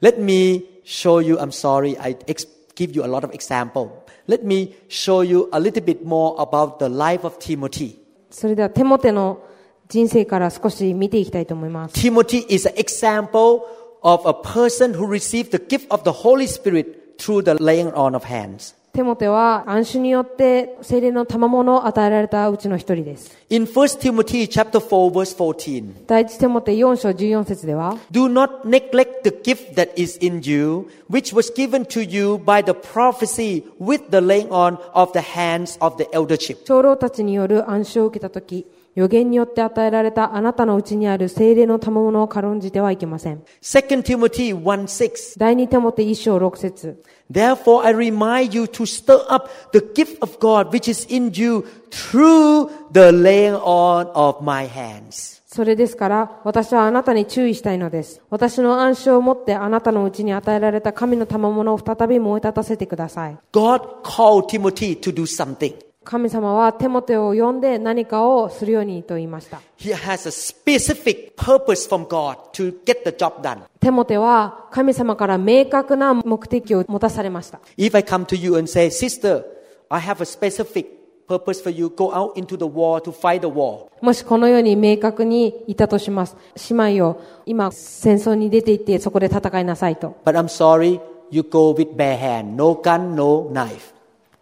Let me show you, I'm sorry, I ex- give you a lot of example. Let me show you a little bit more about the life of Timothy.
それではテモテの人生から少し見ていきたいと思います。
Timothy is an example of a person who received the gift of the Holy Spirit through the laying on of hands.
テモテは暗種によって聖霊の賜物を与えられたうちの一人です。
In 1 Timothy chapter 4 verse 14,
第一テモテ4章14節では、
do not neglect the gift that is in you, which was given to you by the prophecy with the laying on of the hands of the eldership.
長老たちによる暗証を受けたとき、予言によって与えられたあなたのうちにある聖霊の賜物を軽んじてはいけません。
2 Timothy 1 6,
第二テモテ1章6節
Therefore, I remind you to stir up the gift of God which is in you through the laying on of my hands.
それですから、私はあなたに注意したいのです。私の暗証を持ってあなたのうちに与えられた神の賜物を再び燃え立たせてください。
God called Timothy to do something.
神様はテモテを呼んで何かをするようにと言いました。
He has a specific purpose from God to get the job done.
テモテは神様から明確な目的を持たされました。
If I come to you and say, Sister, I have a specific purpose for you, go out into the war to fight the war.
もしこのように明確にいたとします。姉妹を今戦争に出て行ってそこで戦いなさいと。
But I'm sorry, you go with bare hand, no gun, no knife.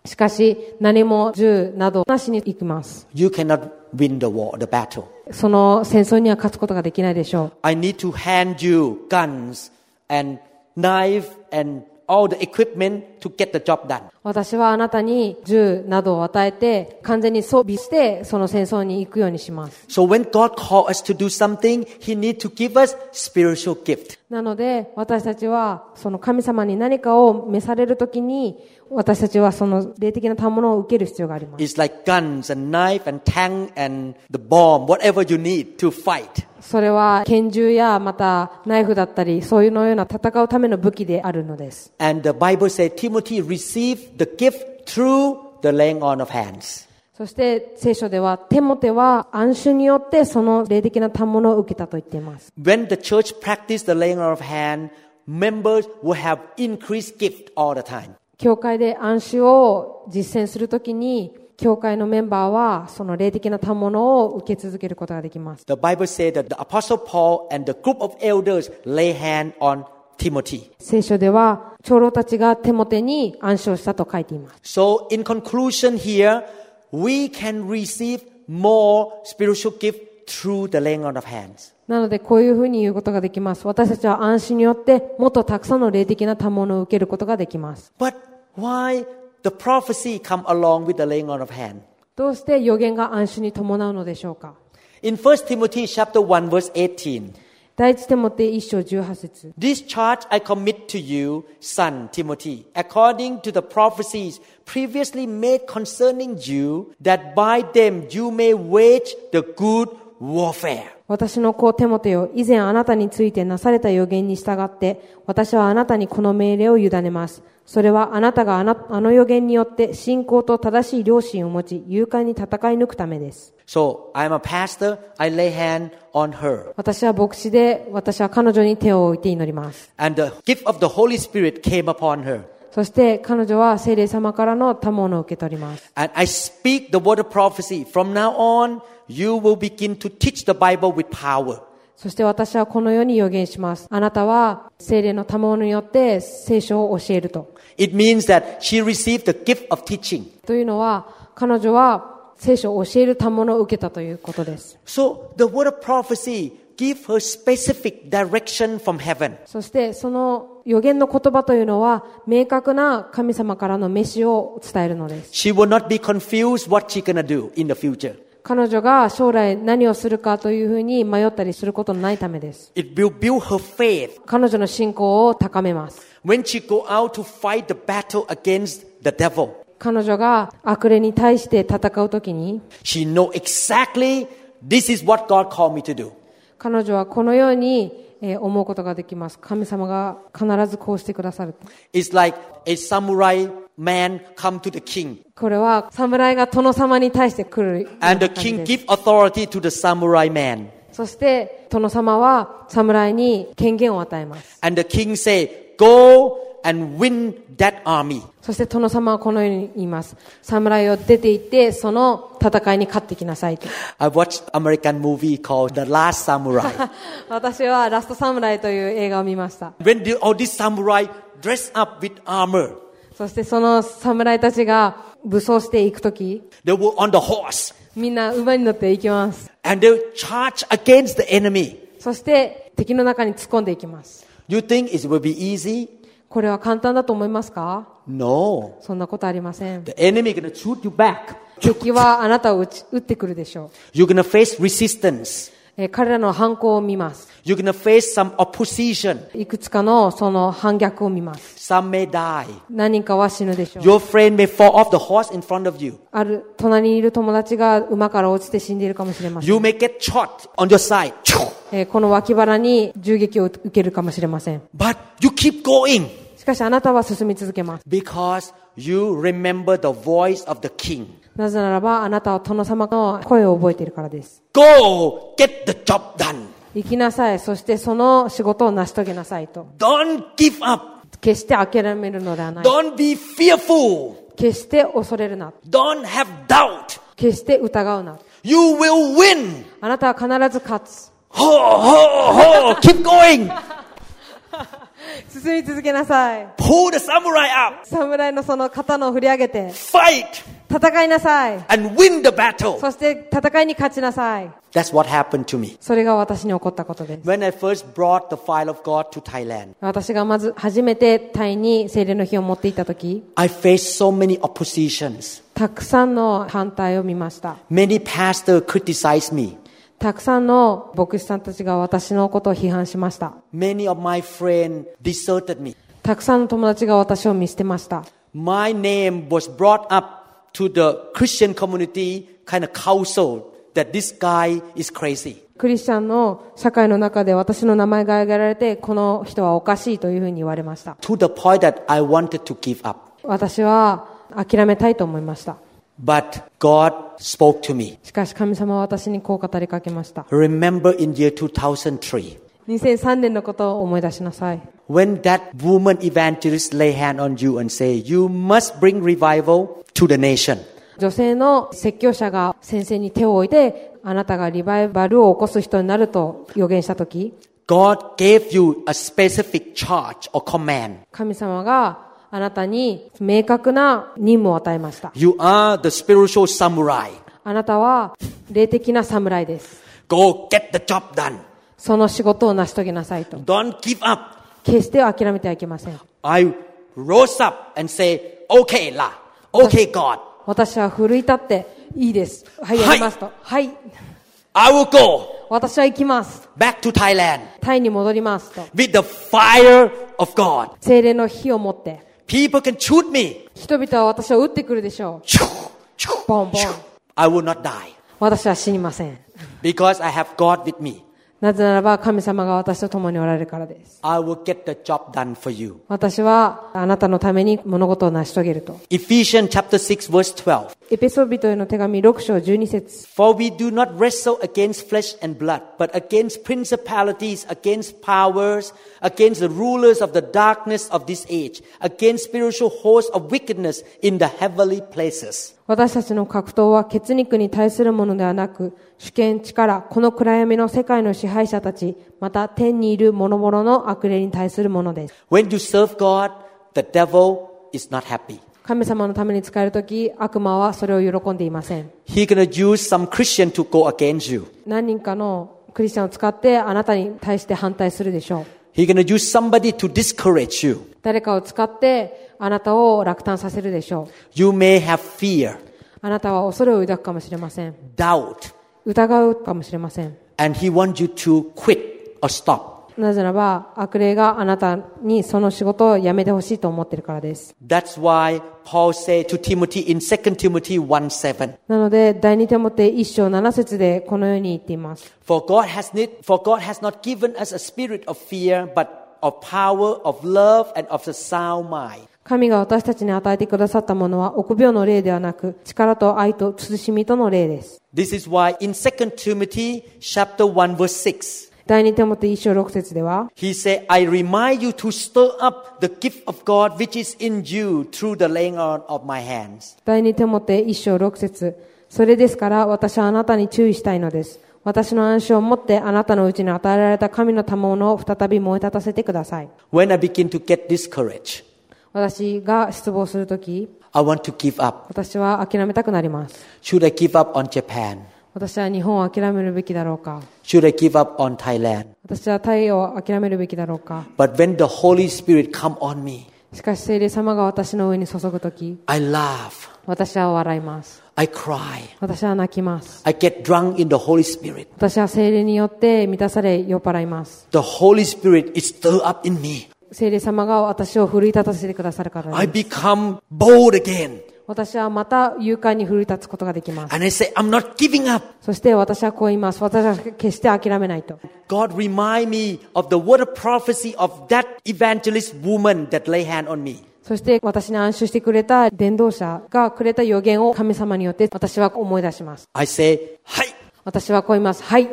しかし何も銃などなしに行きます。
You cannot win the war, the battle.
その戦争には勝つことができないでしょ
I need to hand you guns and knife and all the equipment to get the job done.
う。私はあなたに銃などを与えて完全に装備してその戦争に行くようにします。
So when God called us to do something, He need to give us spiritual gift.
なので私たちはその神様に何かを召されるときに私たちはその霊的な賜物を受ける必要があります。
It's like guns and knife and tank and the bomb, whatever you need to fight.
それは拳銃やまたナイフだったりそういうのような戦うための武器であるのです。
And the Bible says Timothy received the gift through the laying on of hands.
そして聖書ではテモテは暗種によってその霊的な賜物を受けたと言っています。
When the church practiced the laying on of hand, members will have increased gift all the time.
教会で暗種を実践するときに教会のメンバーはその霊的な賜物を受け続けることができます。
The Bible says that the Apostle Paul and the group of elders lay hand on Timothy.
聖書では長老たちがテモテに暗唱したと書いています。
So in conclusion here, we can receive more spiritual gift through the laying on of hands.
なのでこういうふうに言うことができます。私たちは暗視によってもっとたくさんの霊的な賜物を受けることができます。
But why the prophecy come along with the laying on of hand?
どうして予言が暗視に伴うのでしょうか
In 1 Timothy chapter 1 verse 18,
第一テモテ一章18節
This charge I commit to you, son Timothy, according to the prophecies previously made concerning you, that by them you may wage the good warfare.
私の子テモテよ、以前あなたについてなされた予言に従って、私はあなたにこの命令を委ねます。それはあなたがあなあの予言によって信仰と正しい良心を持ち、勇敢に戦い抜くためです。
So I am a pastor. I lay hand on her,
私は牧師で、私は彼女に手を置いて祈ります。
and the gift of the Holy Spirit came upon her.
そして彼女は聖霊様からの賜物を受け取ります。
And I speak the word of prophecy. From now on, you will begin to teach the Bible with power.
そして私はこのように予言します。あなたは聖霊の賜物によって聖書を教えると。
It means that she received the gift of teaching.
というのは彼女は聖書を教える賜物を受けたということです。
So the word of prophecy give her specific direction from heaven.
そしてその予言の言葉というのは明確な神様からの飯を伝えるのです。
She will not be confused what she gonna do in the future.
彼女が将来何をするかというふうに迷ったりすることのないためです。
It will build her faith
彼女の信仰を高めます。
when she go out to fight the battle against the devil.
彼女が悪霊に対して戦うときに
She know exactly this is what God called me to do.
彼女はこのようにえー思うことができます。神様が必ずこうしてくださる。
It's like a samurai man come to the king
これは侍が殿様に対して来る。
and the
感じ
king
です
give authority to the samurai man
そして殿様は侍に権限を与えます。
and the king say go and win that army.
そして殿様はこのように言います。侍を出て行って、その戦いに勝ってきなさいと。
I watched American movie called The Last Samurai.
私はラストサムライという映画を見ました。
when the, all these samurai dress up with armor,
そしてその侍たちが武装していくとき、
they were on the horse
みんな馬に乗っていきます。
and they charge against the enemy.
そして敵の中に突っ込んでいきます。
You think it will be easy?
これは簡単だと思いますか
No.
そんなことありません。
The enemy gonna shoot you back.
敵はあなたを撃ち撃ってくるでしょ
You're gonna face resistance.
う、えー彼らの反抗を見ます。
You're gonna face some opposition.
いくつかのその反逆を見ます。
Some may die.
何人かは死ぬでしょう。
Your friend may fall off the horse in front of you.
ある、隣にいる友達が馬から落ちて死んでいるかもしれません。
You may get shot on your side.
えーこの脇腹に銃撃を受けるかもしれません。
But you keep going
しかしあなたは進み続けます。
because you remember the voice of the king.
なぜならばあなたは殿様の声を覚えているからです。
Go get the job done.
行きなさい。そしてその仕事を成し遂げなさいと。
Don't give up.
決して諦めるのではない。
Don't be fearful.
決して恐れるな。
Don't have doubt.
決して疑うな。
You will win.
あなたは必ず勝つ。
Ho, ho, ho. Keep going.
進み続けなさい。
Pull the samurai up.
侍のその刀を振り上げて、
Fight
戦いなさい。
and win the battle.
そして戦いに勝ちなさい。
That's what happened to me.
それが私に起こったことです。
When I first brought the file of God to Thailand,
私がまず初めてタイに聖霊の日を持っていった時、
I faced so many oppositions.
たくさんの反対を見ました。
Many pastors criticized me.
たくさんの牧師さんたちが私のことを批判しました。
Many of my friends deserted me.
たくさんの友達が私を見捨てました。
My name was brought up to the Christian community kind of council that this guy is crazy.
クリスチャンの社会の中で私の名前が挙げられて、この人はおかしいというふうに言われました。
To the point that I wanted to give up.
私は諦めたいと思いました。
But God spoke to me.
しかし神様は私にこう語りかけました。
Remember in year 2003,
2003年のことを思い出しなさい。
when that woman evangelist lay hand on you and say, you must bring revival to the nation.
女性の説教者が先生に手を置いて、あなたがリバイバルを起こす人になると予言したとき、
God gave you a specific charge or command.
神様があなたに明確な任務を与えました。
You are the spiritual samurai.
あなたは霊的な侍です。
Go get the job done.
その仕事を成し遂げなさいと。
Don't give up.
決して諦めてはいけません。
I rose up and say, okay, La. Okay, God.
私は奮い立って、いいです。はい、やりますと。はい。
I will go
私は行きます。
back to Thailand
タイに戻りますと。
with the fire of God.
精霊の火を持って、
People can shoot me.
人々は私を撃ってくるでしょう。
Choo, choo,
Boom, boom.
choo. I will not die
私は死にません。
because I have God with me.
なぜならば神様が私と共におられるからです。
I will get the job done for you.
私はあなたのために物事を成し遂げると。
Ephesians chapter 6 verse 12.
エペソビトへの手紙6章12節
For we do not wrestle against flesh and blood, but against principalities, against powers, against the rulers of the darkness of this age, against spiritual hosts of wickedness in the heavenly places.
私たちの格闘は血肉に対するものではなく、主権、力、この暗闇の世界の支配者たち、また天にいる諸々の悪霊に対するものです。
When you serve God, the devil is not happy.
神様のために使えるとき、悪魔はそれを喜んでいません。
He gonna use some Christian to go against you.
何人かのクリスチャンを使ってあなたに対して反対するでしょう。
He gonna use somebody to discourage you.
誰かを使ってあなたを落胆させるでしょう。
You may have fear,
あなたは恐れを抱くかもしれません。
doubt,
疑うかもしれません。
and he wants you to quit or stop.
なぜならば悪霊があなたにその仕事をやめてほしいと思っているからです。
That's why Paul said to Timothy in 2 Timothy 1 7.
なので、第二手もて一章七節でこのように言っています。
For God has need, for God has not given us a spirit of fear, but of power, of love, and of a sound mind.
神が私たちに与えてくださったものは臆病の霊ではなく、力と愛と慎みとの霊です。
This is why in 2 Timothy chapter 1 verse 6,
第二手モて一章六節では、
He said, I remind you to stir up the gift of God which is in you through the laying on of my hands.
第二手モて一章六節それですから私はあなたに注意したいのです。私の暗証を持ってあなたのうちに与えられた神の賜物を再び燃え立たせてください。
When I begin to get discouraged,
私が失望するとき、
I want to give up.
私は諦めたくなります。
Should I give up on Japan?
私は日本を諦めるべきだろうか
Should I give up on Thailand?
私は太陽を諦めるべきだろうか
But when the Holy Spirit come on me,
しかし聖霊様が私の上に注ぐとき
I laugh,
私は笑います
I cry,
私は泣きます
I get drunk in the Holy Spirit.
私は聖霊によって満たされ酔っ払います
The Holy Spirit is stirred up in me.
聖霊様が私を奮い立たせてくださるから
I
です
become bold again.
私はまた勇敢に奮い立つことができます
And I say, I'm not giving up.
そして私はこう言います私は決して諦めないと
God remind me of the word of prophecy of that evangelist woman that lay hand on me.
そして私に暗示してくれた伝道者がくれた予言を神様によって私は思い出します
I say, hi.
私はこう言いますはい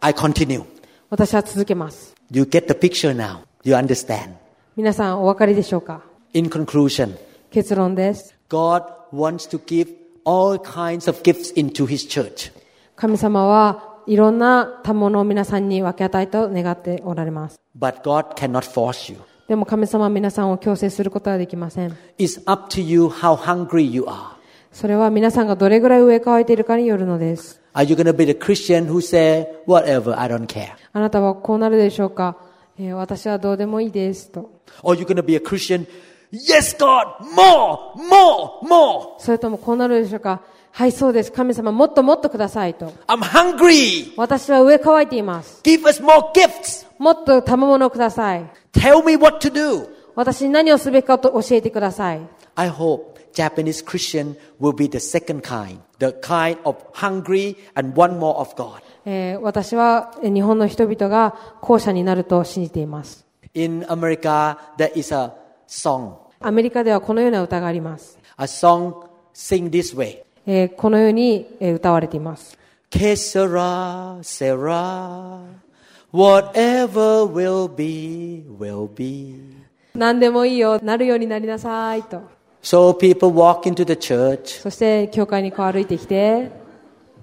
I continue.
私は続けます
You get the picture now. You understand.
皆さんお分かりでしょうか
In conclusion,
結論です
God wants to give all kinds of gifts into His church.
神様はいろんな賜物を皆さんに分け与えと願っておられます
But God cannot force you.
でも神様は皆さんを強制することはできません
It's up to you how hungry you are.
それは皆さんがどれぐらい上乾いているかによるのです
Are you going to be the Christian who say, whatever, I don't care?
あなたはこうなるでしょうか、えー私はどうでもいいですと
Or you going to be a Christian, yes, God, more, more, more.
それともこうなるでしょうかはいそうです神様もっともっとくださいと
I'm hungry.
私は上乾いています
Give us more gifts.
もっと賜物をください
Tell me what to do.
私に何をすべきかと教えてください
I hope Japanese Christian will be the second kind, the kind of hungry and one more of God.
えー私はえー日本の人々が後者になると信じています。
In America, there is a song.
アメリカではこのような歌があります。
A song sing this way.
えーこのようにえー歌われています。
Que sera, sera. Whatever will be, will be.
何でもいいよ、なるようになりなさいと。
So people walk into the church,
そして、教会にこう歩いてきて、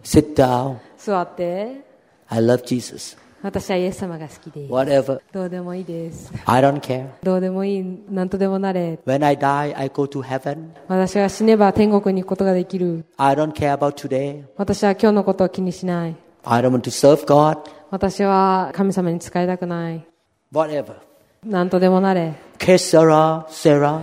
sit down.
座って、
I love Jesus.
私はイエス様が好きです。
Whatever.
どうでもいいです。
I don't care.
どうでもいい、なんとでもなれ。
When I die, I go to heaven.
私が死ねば天国に行くことができる。
I don't care about today.
私は今日のことを気にしない。
I don't want to serve God.
私は神様に使いたくない。
Whatever.
なんとでもなれ。
Que sera, sera.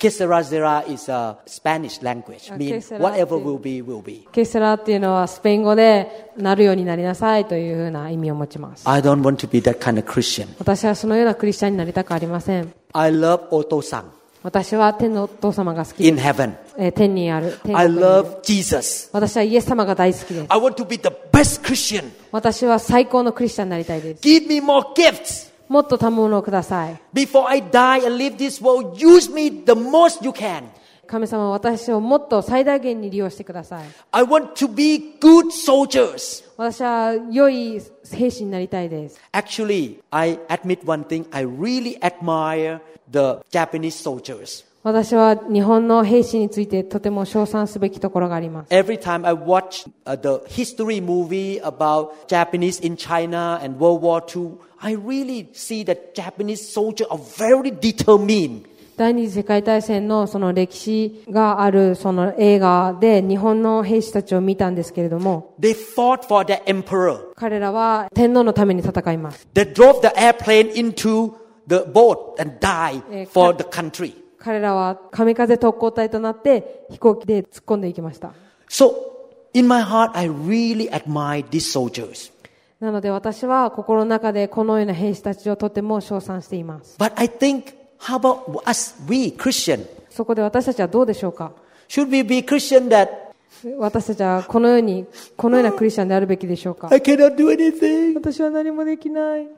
Que sera, sera is a Spanish language.
Uh,
Mean
que sera
whatever
is-
will be, will be.
ケスラっていうのはスペイン語でなるようになりなさいというふうな意味を持ちます。
I don't want to be that kind of Christian.
私はそのようなクリスチャンになりたくありません。
I love Oto-san
私は天のお父様が好き
in
です。
heaven.
えー天にある。天
I
国にある
love Jesus.
私はイエス様が大好きです。
I want to be the best Christian.
私は最高のクリスチャンになりたいです。
Give me more gifts.
もっと賜物をください。
Before I die and leave this world, use me the most you can.
神様は私をもっと最大限に利用してください。
I want to be good soldiers.
私は良い兵士になりたいです。
Actually, I admit one thing. I really admire the Japanese soldiers.
私は日本の兵士についてとても称賛すべきところがあります。
Every time I watch uh, the history movie about Japanese in China and World War II, I really see that Japanese soldiers are very determined.
第二次世界大戦のその歴史があるその映画で日本の兵士たちを見たんですけれども、
They fought for their emperor.
彼らは天皇のために戦います。
They drove the airplane into the boat and
Eh,
died for
cut.
the country.
彼らは神風特攻隊となって飛行機で突っ込んでいきました。
So, in my heart, I really admire these soldiers.
なので私は心の中でこのような兵士たちをとても称賛しています。
But I think, how about us, we Christian?
そこで私たちはどうでしょうか
Should we be Christian that
私たちはこのように、このようなクリスチャンであるべきでしょうか
I cannot do anything?
私は何もできない。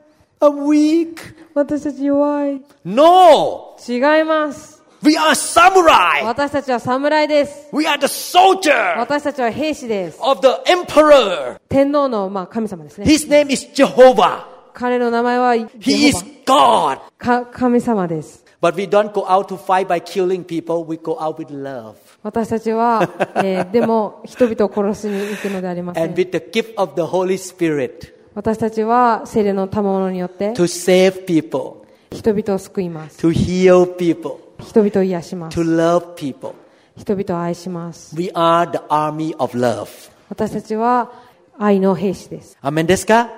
I'm weak.
私たち弱い。違
No!
います。
We are samurai.
私たちは侍です。
We are the soldier
私たちは兵士です。
of the emperor.
天皇の、まあ、神様ですね。
His name is Jehovah.
彼の名前はイ
He
エホ
is God.
バか神様です。
But we don't go out to fight by killing people. We go out with love
私たちは、えーでも人々を殺しに行くのでありませ
and
ん。
with the gift of the Holy Spirit
私たちは聖霊の賜物によって、
to save people,
人々を救います。
to heal people,
人々を癒します
to。love people.
人々を愛します。
We are the army of love.
私たちは愛の兵士です。
Amen desu ka?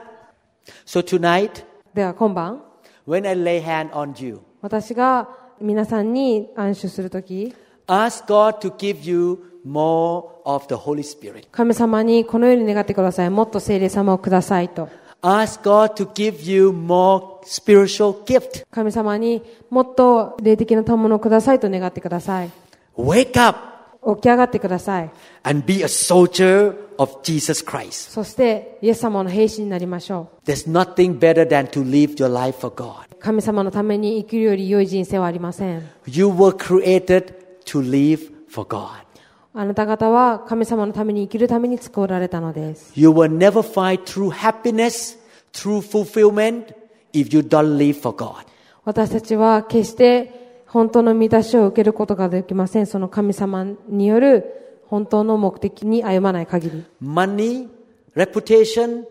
So tonight,
では今晩、
when I lay hand on you,
私が皆さんに暗守するとき、
ask God to give you more of the Holy Spirit.
神様にこのように願ってください。もっと聖霊様をくださいと。
Ask God to give you more spiritual gift.
神様にもっと霊的な賜物をくださいと願ってください。
Wake up
起き上がってください。
and be a soldier of Jesus Christ.
そして、イエス様の兵士になりましょ
There's nothing better than to live your life for God.
う。神様のために生きるより良い人生はありません。
You were created to live for God.
あなた方は神様のために生きるために作られたのです。
You will never find true happiness, true fulfillment if you don't live for God.
私たちは決して本当の満たしを受けることができません。その神様による本当の目的に歩まない限り。
Money, reputation,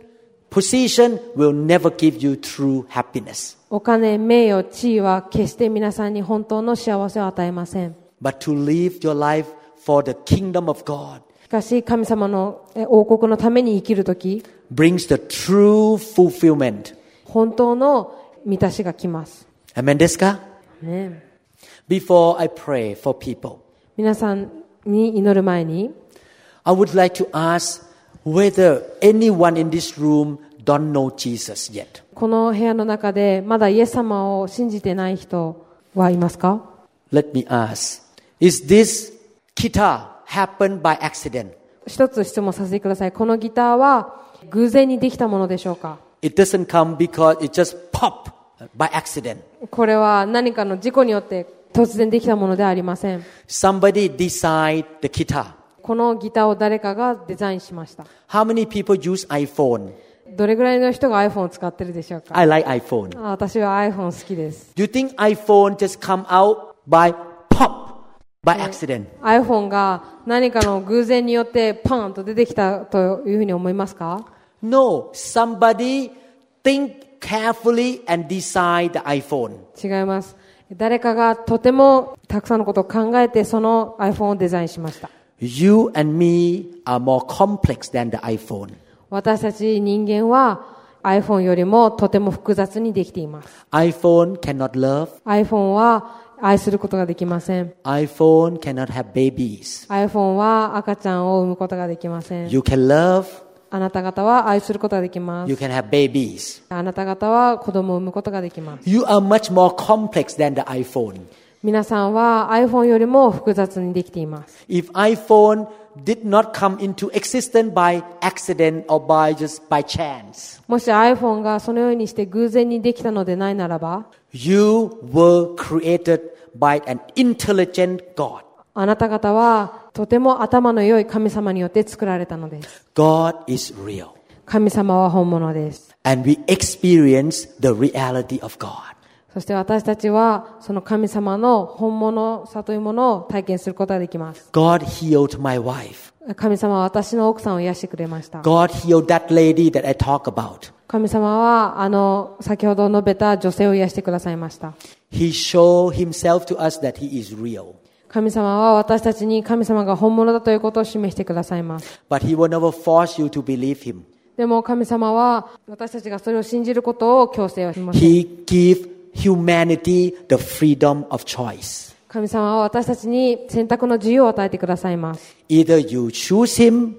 position will never give you true happiness.
お金、名誉、地位は決して皆さんに本当の幸せを与えません。
But to live your life for the kingdom of God
しかし神様のえ王国のために生きるとき、
brings the true fulfillment.
本当の満たしが来ます。
Amen desu ka?
ね、
Before I pray for people,
皆さんに祈る前に、
I would like to ask whether anyone in this room don't know Jesus yet.
この部屋の中でまだイエス様を信じてない人はいますか
Let me ask. Is this kita happened by accident?
一つ質問させてください。このギターは偶然にできたものでしょうか
It doesn't come because it just pop by accident.
これは何かの事故によって突然できたものではありません。
Somebody designed the guitar.
このギターを誰かがデザインしました。
How many people use iPhone?
どれぐらいの人が iPhone を使ってるでしょうか
I like iPhone.
あ私は iPhone 好きです。
Do you think iPhone just come out by pop by accident?
iPhone が何かの偶然によってパーンと出てきたというふうに思いますか
No, somebody think carefully and design the iPhone.
違います。誰かがとてもたくさんのことを考えてその iPhone をデザインしました。
You and me are more complex than the iPhone.
私たち人間は iPhone よりもとても複雑にできています。
iPhone cannot love.
iPhone は愛することができません。
iPhone cannot have babies.
iPhone は赤ちゃんを産むことができません。
You can love.
あなた方は愛することができま
You
す。
can have babies.
あなた方は子供を産むことができます。
You are much more complex than the iPhone.
皆さんは iPhone よりも複雑にできています。
If iPhone did not come into existence by accident or by just by chance,
もし iPhone がそのようにして偶然にできたのでないならば、
you were created by an intelligent God.
あなた方はとても頭の良い神様によって作られたのです。
God is real.
神様は本物です。
And we experience the reality of God.
そして私たちはその神様の本物さというものを体験することができます。
God healed my wife.
神様は私の奥さんを癒してくれました。
God healed that lady that I talk about.
神様は、あの、先ほど述べた女性を癒してくださいました。
He showed himself to us that he is real.
神様は私たちに神様が本物だということを示してくださいます。
But he will never force you to believe him.
でも神様は私たちがそれを信じることを強制はしません。
He give humanity the freedom of choice.
神様は私たちに選択の自由を与えてくださいます。
Either you choose him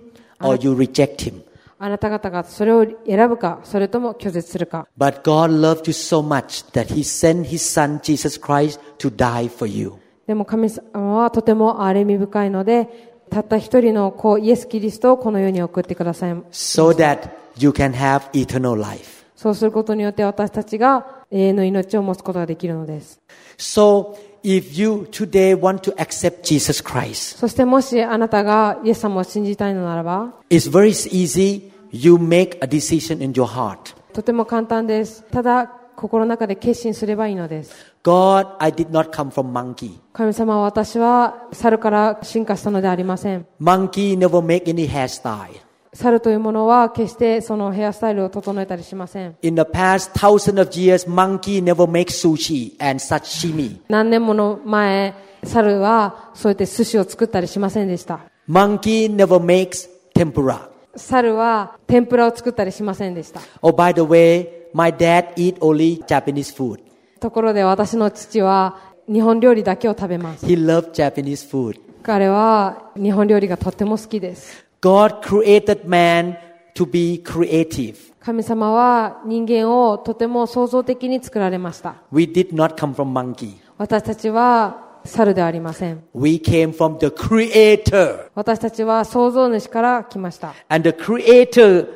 or you reject him.
あなた方がそれを選ぶか、それとも拒絶するか。
But God loved you so much that he sent his son Jesus Christ to die for you.
でも神様はとても憐れみ深いので、たった一人の子、イエス・キリストをこの世に送ってください。
so that you can have eternal life.
そうすることによって私たちが永遠の命を持つことができるのです。
So if you today want to accept Jesus Christ,
そしてもしあなたがイエス様を信じたいのならば、
it's very easy. You make a decision in your heart.
とても簡単です。ただ、心の中で決心すればいいのです。
God, I did not come from monkey.
神様は私は猿から進化したのでありません。
Monkey never make any hairstyle.
猿というものは決してそのヘアスタイルを整えたりしません。
In the past thousand of years, monkey never make sushi and sashimi.
何年もの前、猿はそうやって寿司を作ったりしませんでした。
Monkey never makes tempura.
猿は天ぷらを作ったりしませんでした。
Oh, by the way, my dad eat only Japanese food.
ところで私の父は日本料理だけを食べます。
He loved Japanese food.
彼は日本料理がとっても好きです。
God created man to be creative.
神様は人間をとても創造的に作られました。
We did not come from monkey.
私たちは猿ではありません。
We came from the creator.
私たちは創造主から来ました。
And the creator,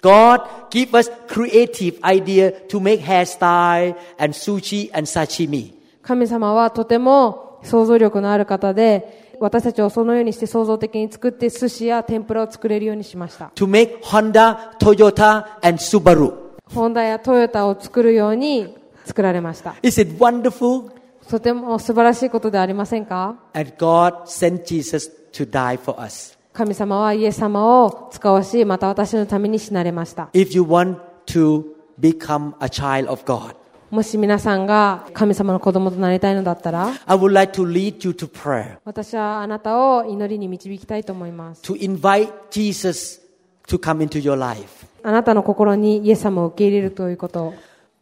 God give us creative idea to make hairstyle and sushi and sashimi.
神様はとても想像力のある方で、私たちをそのようにして創造的に作って寿司や天ぷらを作れるようにしました。
To make Honda, Toyota and Subaru.
ホンダやトヨタを作るように作られました。
Is it wonderful?
とても素晴らしいことではありませんか
And God sent Jesus to die for us.
神様はイエス様を使わし、また私のために死なれました。
If you want to become a child of God,
もし皆さんが神様の子供となりたいのだったら、
I would like to lead you to prayer.
私はあなたを祈りに導きたいと思います。
to invite Jesus to come into your life.
あなたの心にイエス様を受け入れるということを。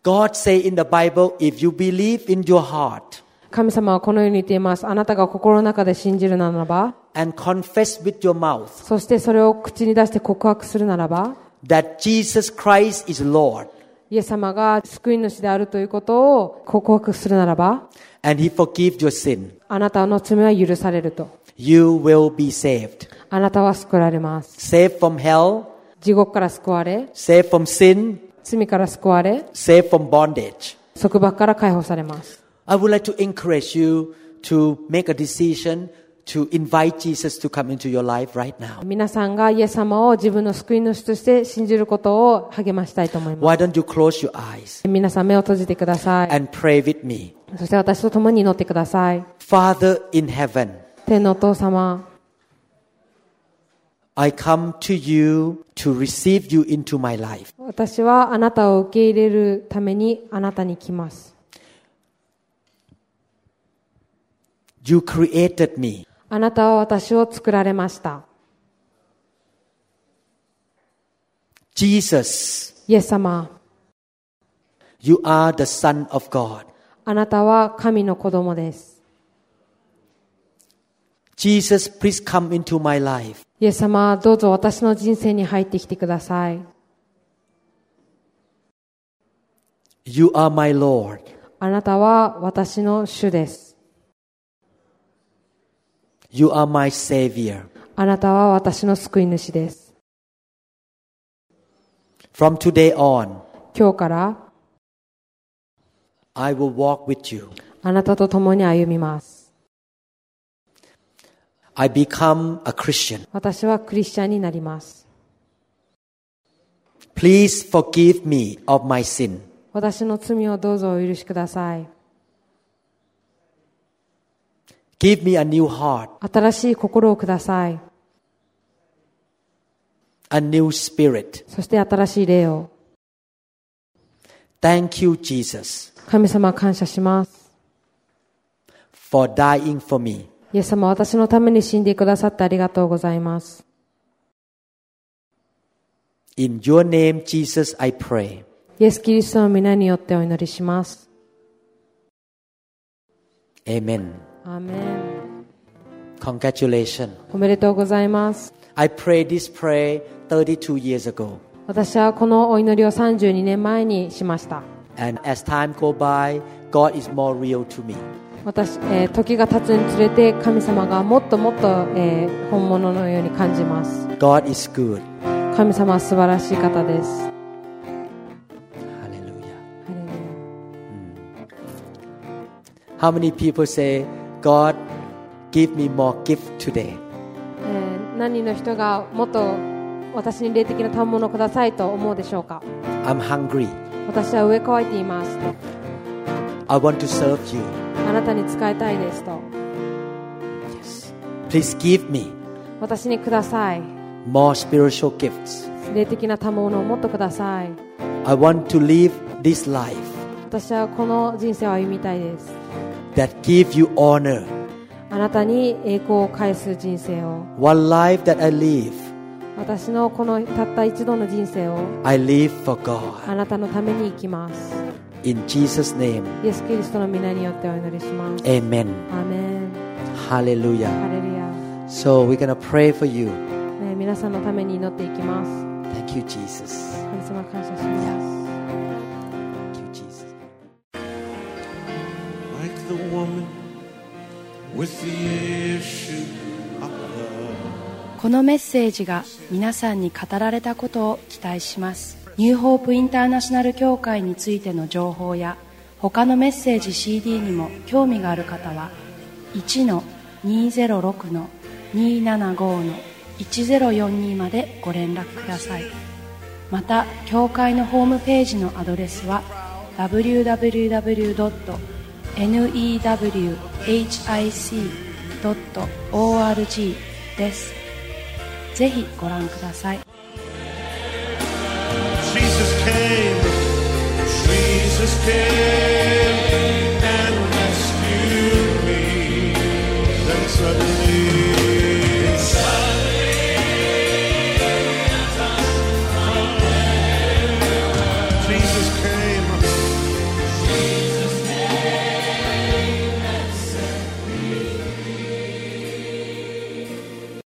God say in the Bible, if you believe in your heart
神様はこのように言っています。あなたが心の中で信じるならば、
and confess with your mouth
そしてそれを口に出して告白するならば、
that Jesus Christ is Lord
イエス様が救い主であるということを告白するならば、
and he forgive your sin,
あなたの罪は許されると。
you will be saved.
あなたは救われます。
Saved from hell,
地獄から救われ、
saved from sin,
罪から救われ、
saved from bondage.
束縛から解放されます。
I would like to encourage you to make a decision to invite Jesus to come into your life right now.
皆さんがイエス様を自分の救い主として信じることを励ましたいと思いま
Why don't you close your eyes
す。皆さん目を閉じてください。
and pray with me?
そして私と共に祈ってください。
Father in heaven,
天のお父様、
I come to you to receive you into my life.
私はあなたを受け入れるためにあなたに来ます。
You created me.
あなたは私を作られました。
Jesus,
イエス様、
you are the Son of God.
あなたは神の子供です。
Jesus, please come into my life.
イエス様、どうぞ私の人生に入ってきてください。
You are my Lord.
あなたは私の主です。
You are my Savior.
あなたは私の救い主です。
From today on,
今日から
I will walk with you.
あなたと共に歩みます。
I become a Christian.
私はクリスチャンになります。
Please forgive me of my sin.
私の罪をどうぞお許しください。
Give me a new heart,
新しい心をください。
a new spirit.
そして新しい霊を。
Thank you, Jesus,
神様感謝します。
for dying for me.
イエス様、私のために死んでくださってありがとうございます。
In your name, Jesus, I pray.
イエス・キリストの皆によってお祈りします。
Amen.
アーメン。
Congratulations.
おめでとうございます。
I prayed this prayer 32 years ago.
私はこのお祈りを32年前にしました。
And as time go by, God is more real to me.
私、えー時が経つにつれて神様がもっともっと、えー本物のように感じます。
God is good.
神様は素晴らしい方です。
Hallelujah. How many people say, God, give me more gift today?
えー何人の人がもっと私に霊的な賜物をくださいと思うでしょうか
I'm hungry.
私は上乾いていますと
I want to serve you.
あなたに使いたいですと
Please give me
私にください
more spiritual gifts.
霊的な賜物をもっとください
I want to live this life
私はこの人生を歩みたいです
that give you honor.
あなたに栄光を返す人生を
One life that I live,
私のこのたった一度の人生を
I live for God.
あなたのために生きます
In Jesus' name,
イエス・キリストの皆によってお祈りします。
Amen.
アーメン。
Hallelujah.
ハレルヤ。
So we're gonna pray for you.
えー皆さんのために祈っていきます。
Thank you, Jesus.
神様感謝します。
Thank you, Jesus.
like the woman with the issue of blood.
このメッセージが皆さんに語られたことを期待しますニューホープインターナショナル協会についての情報や他のメッセージ CD にも興味がある方は1-206-275-1042までご連絡くださいまた教会のホームページのアドレスは www.newhic.org ですぜひご覧ください
Jesus came, Jesus came.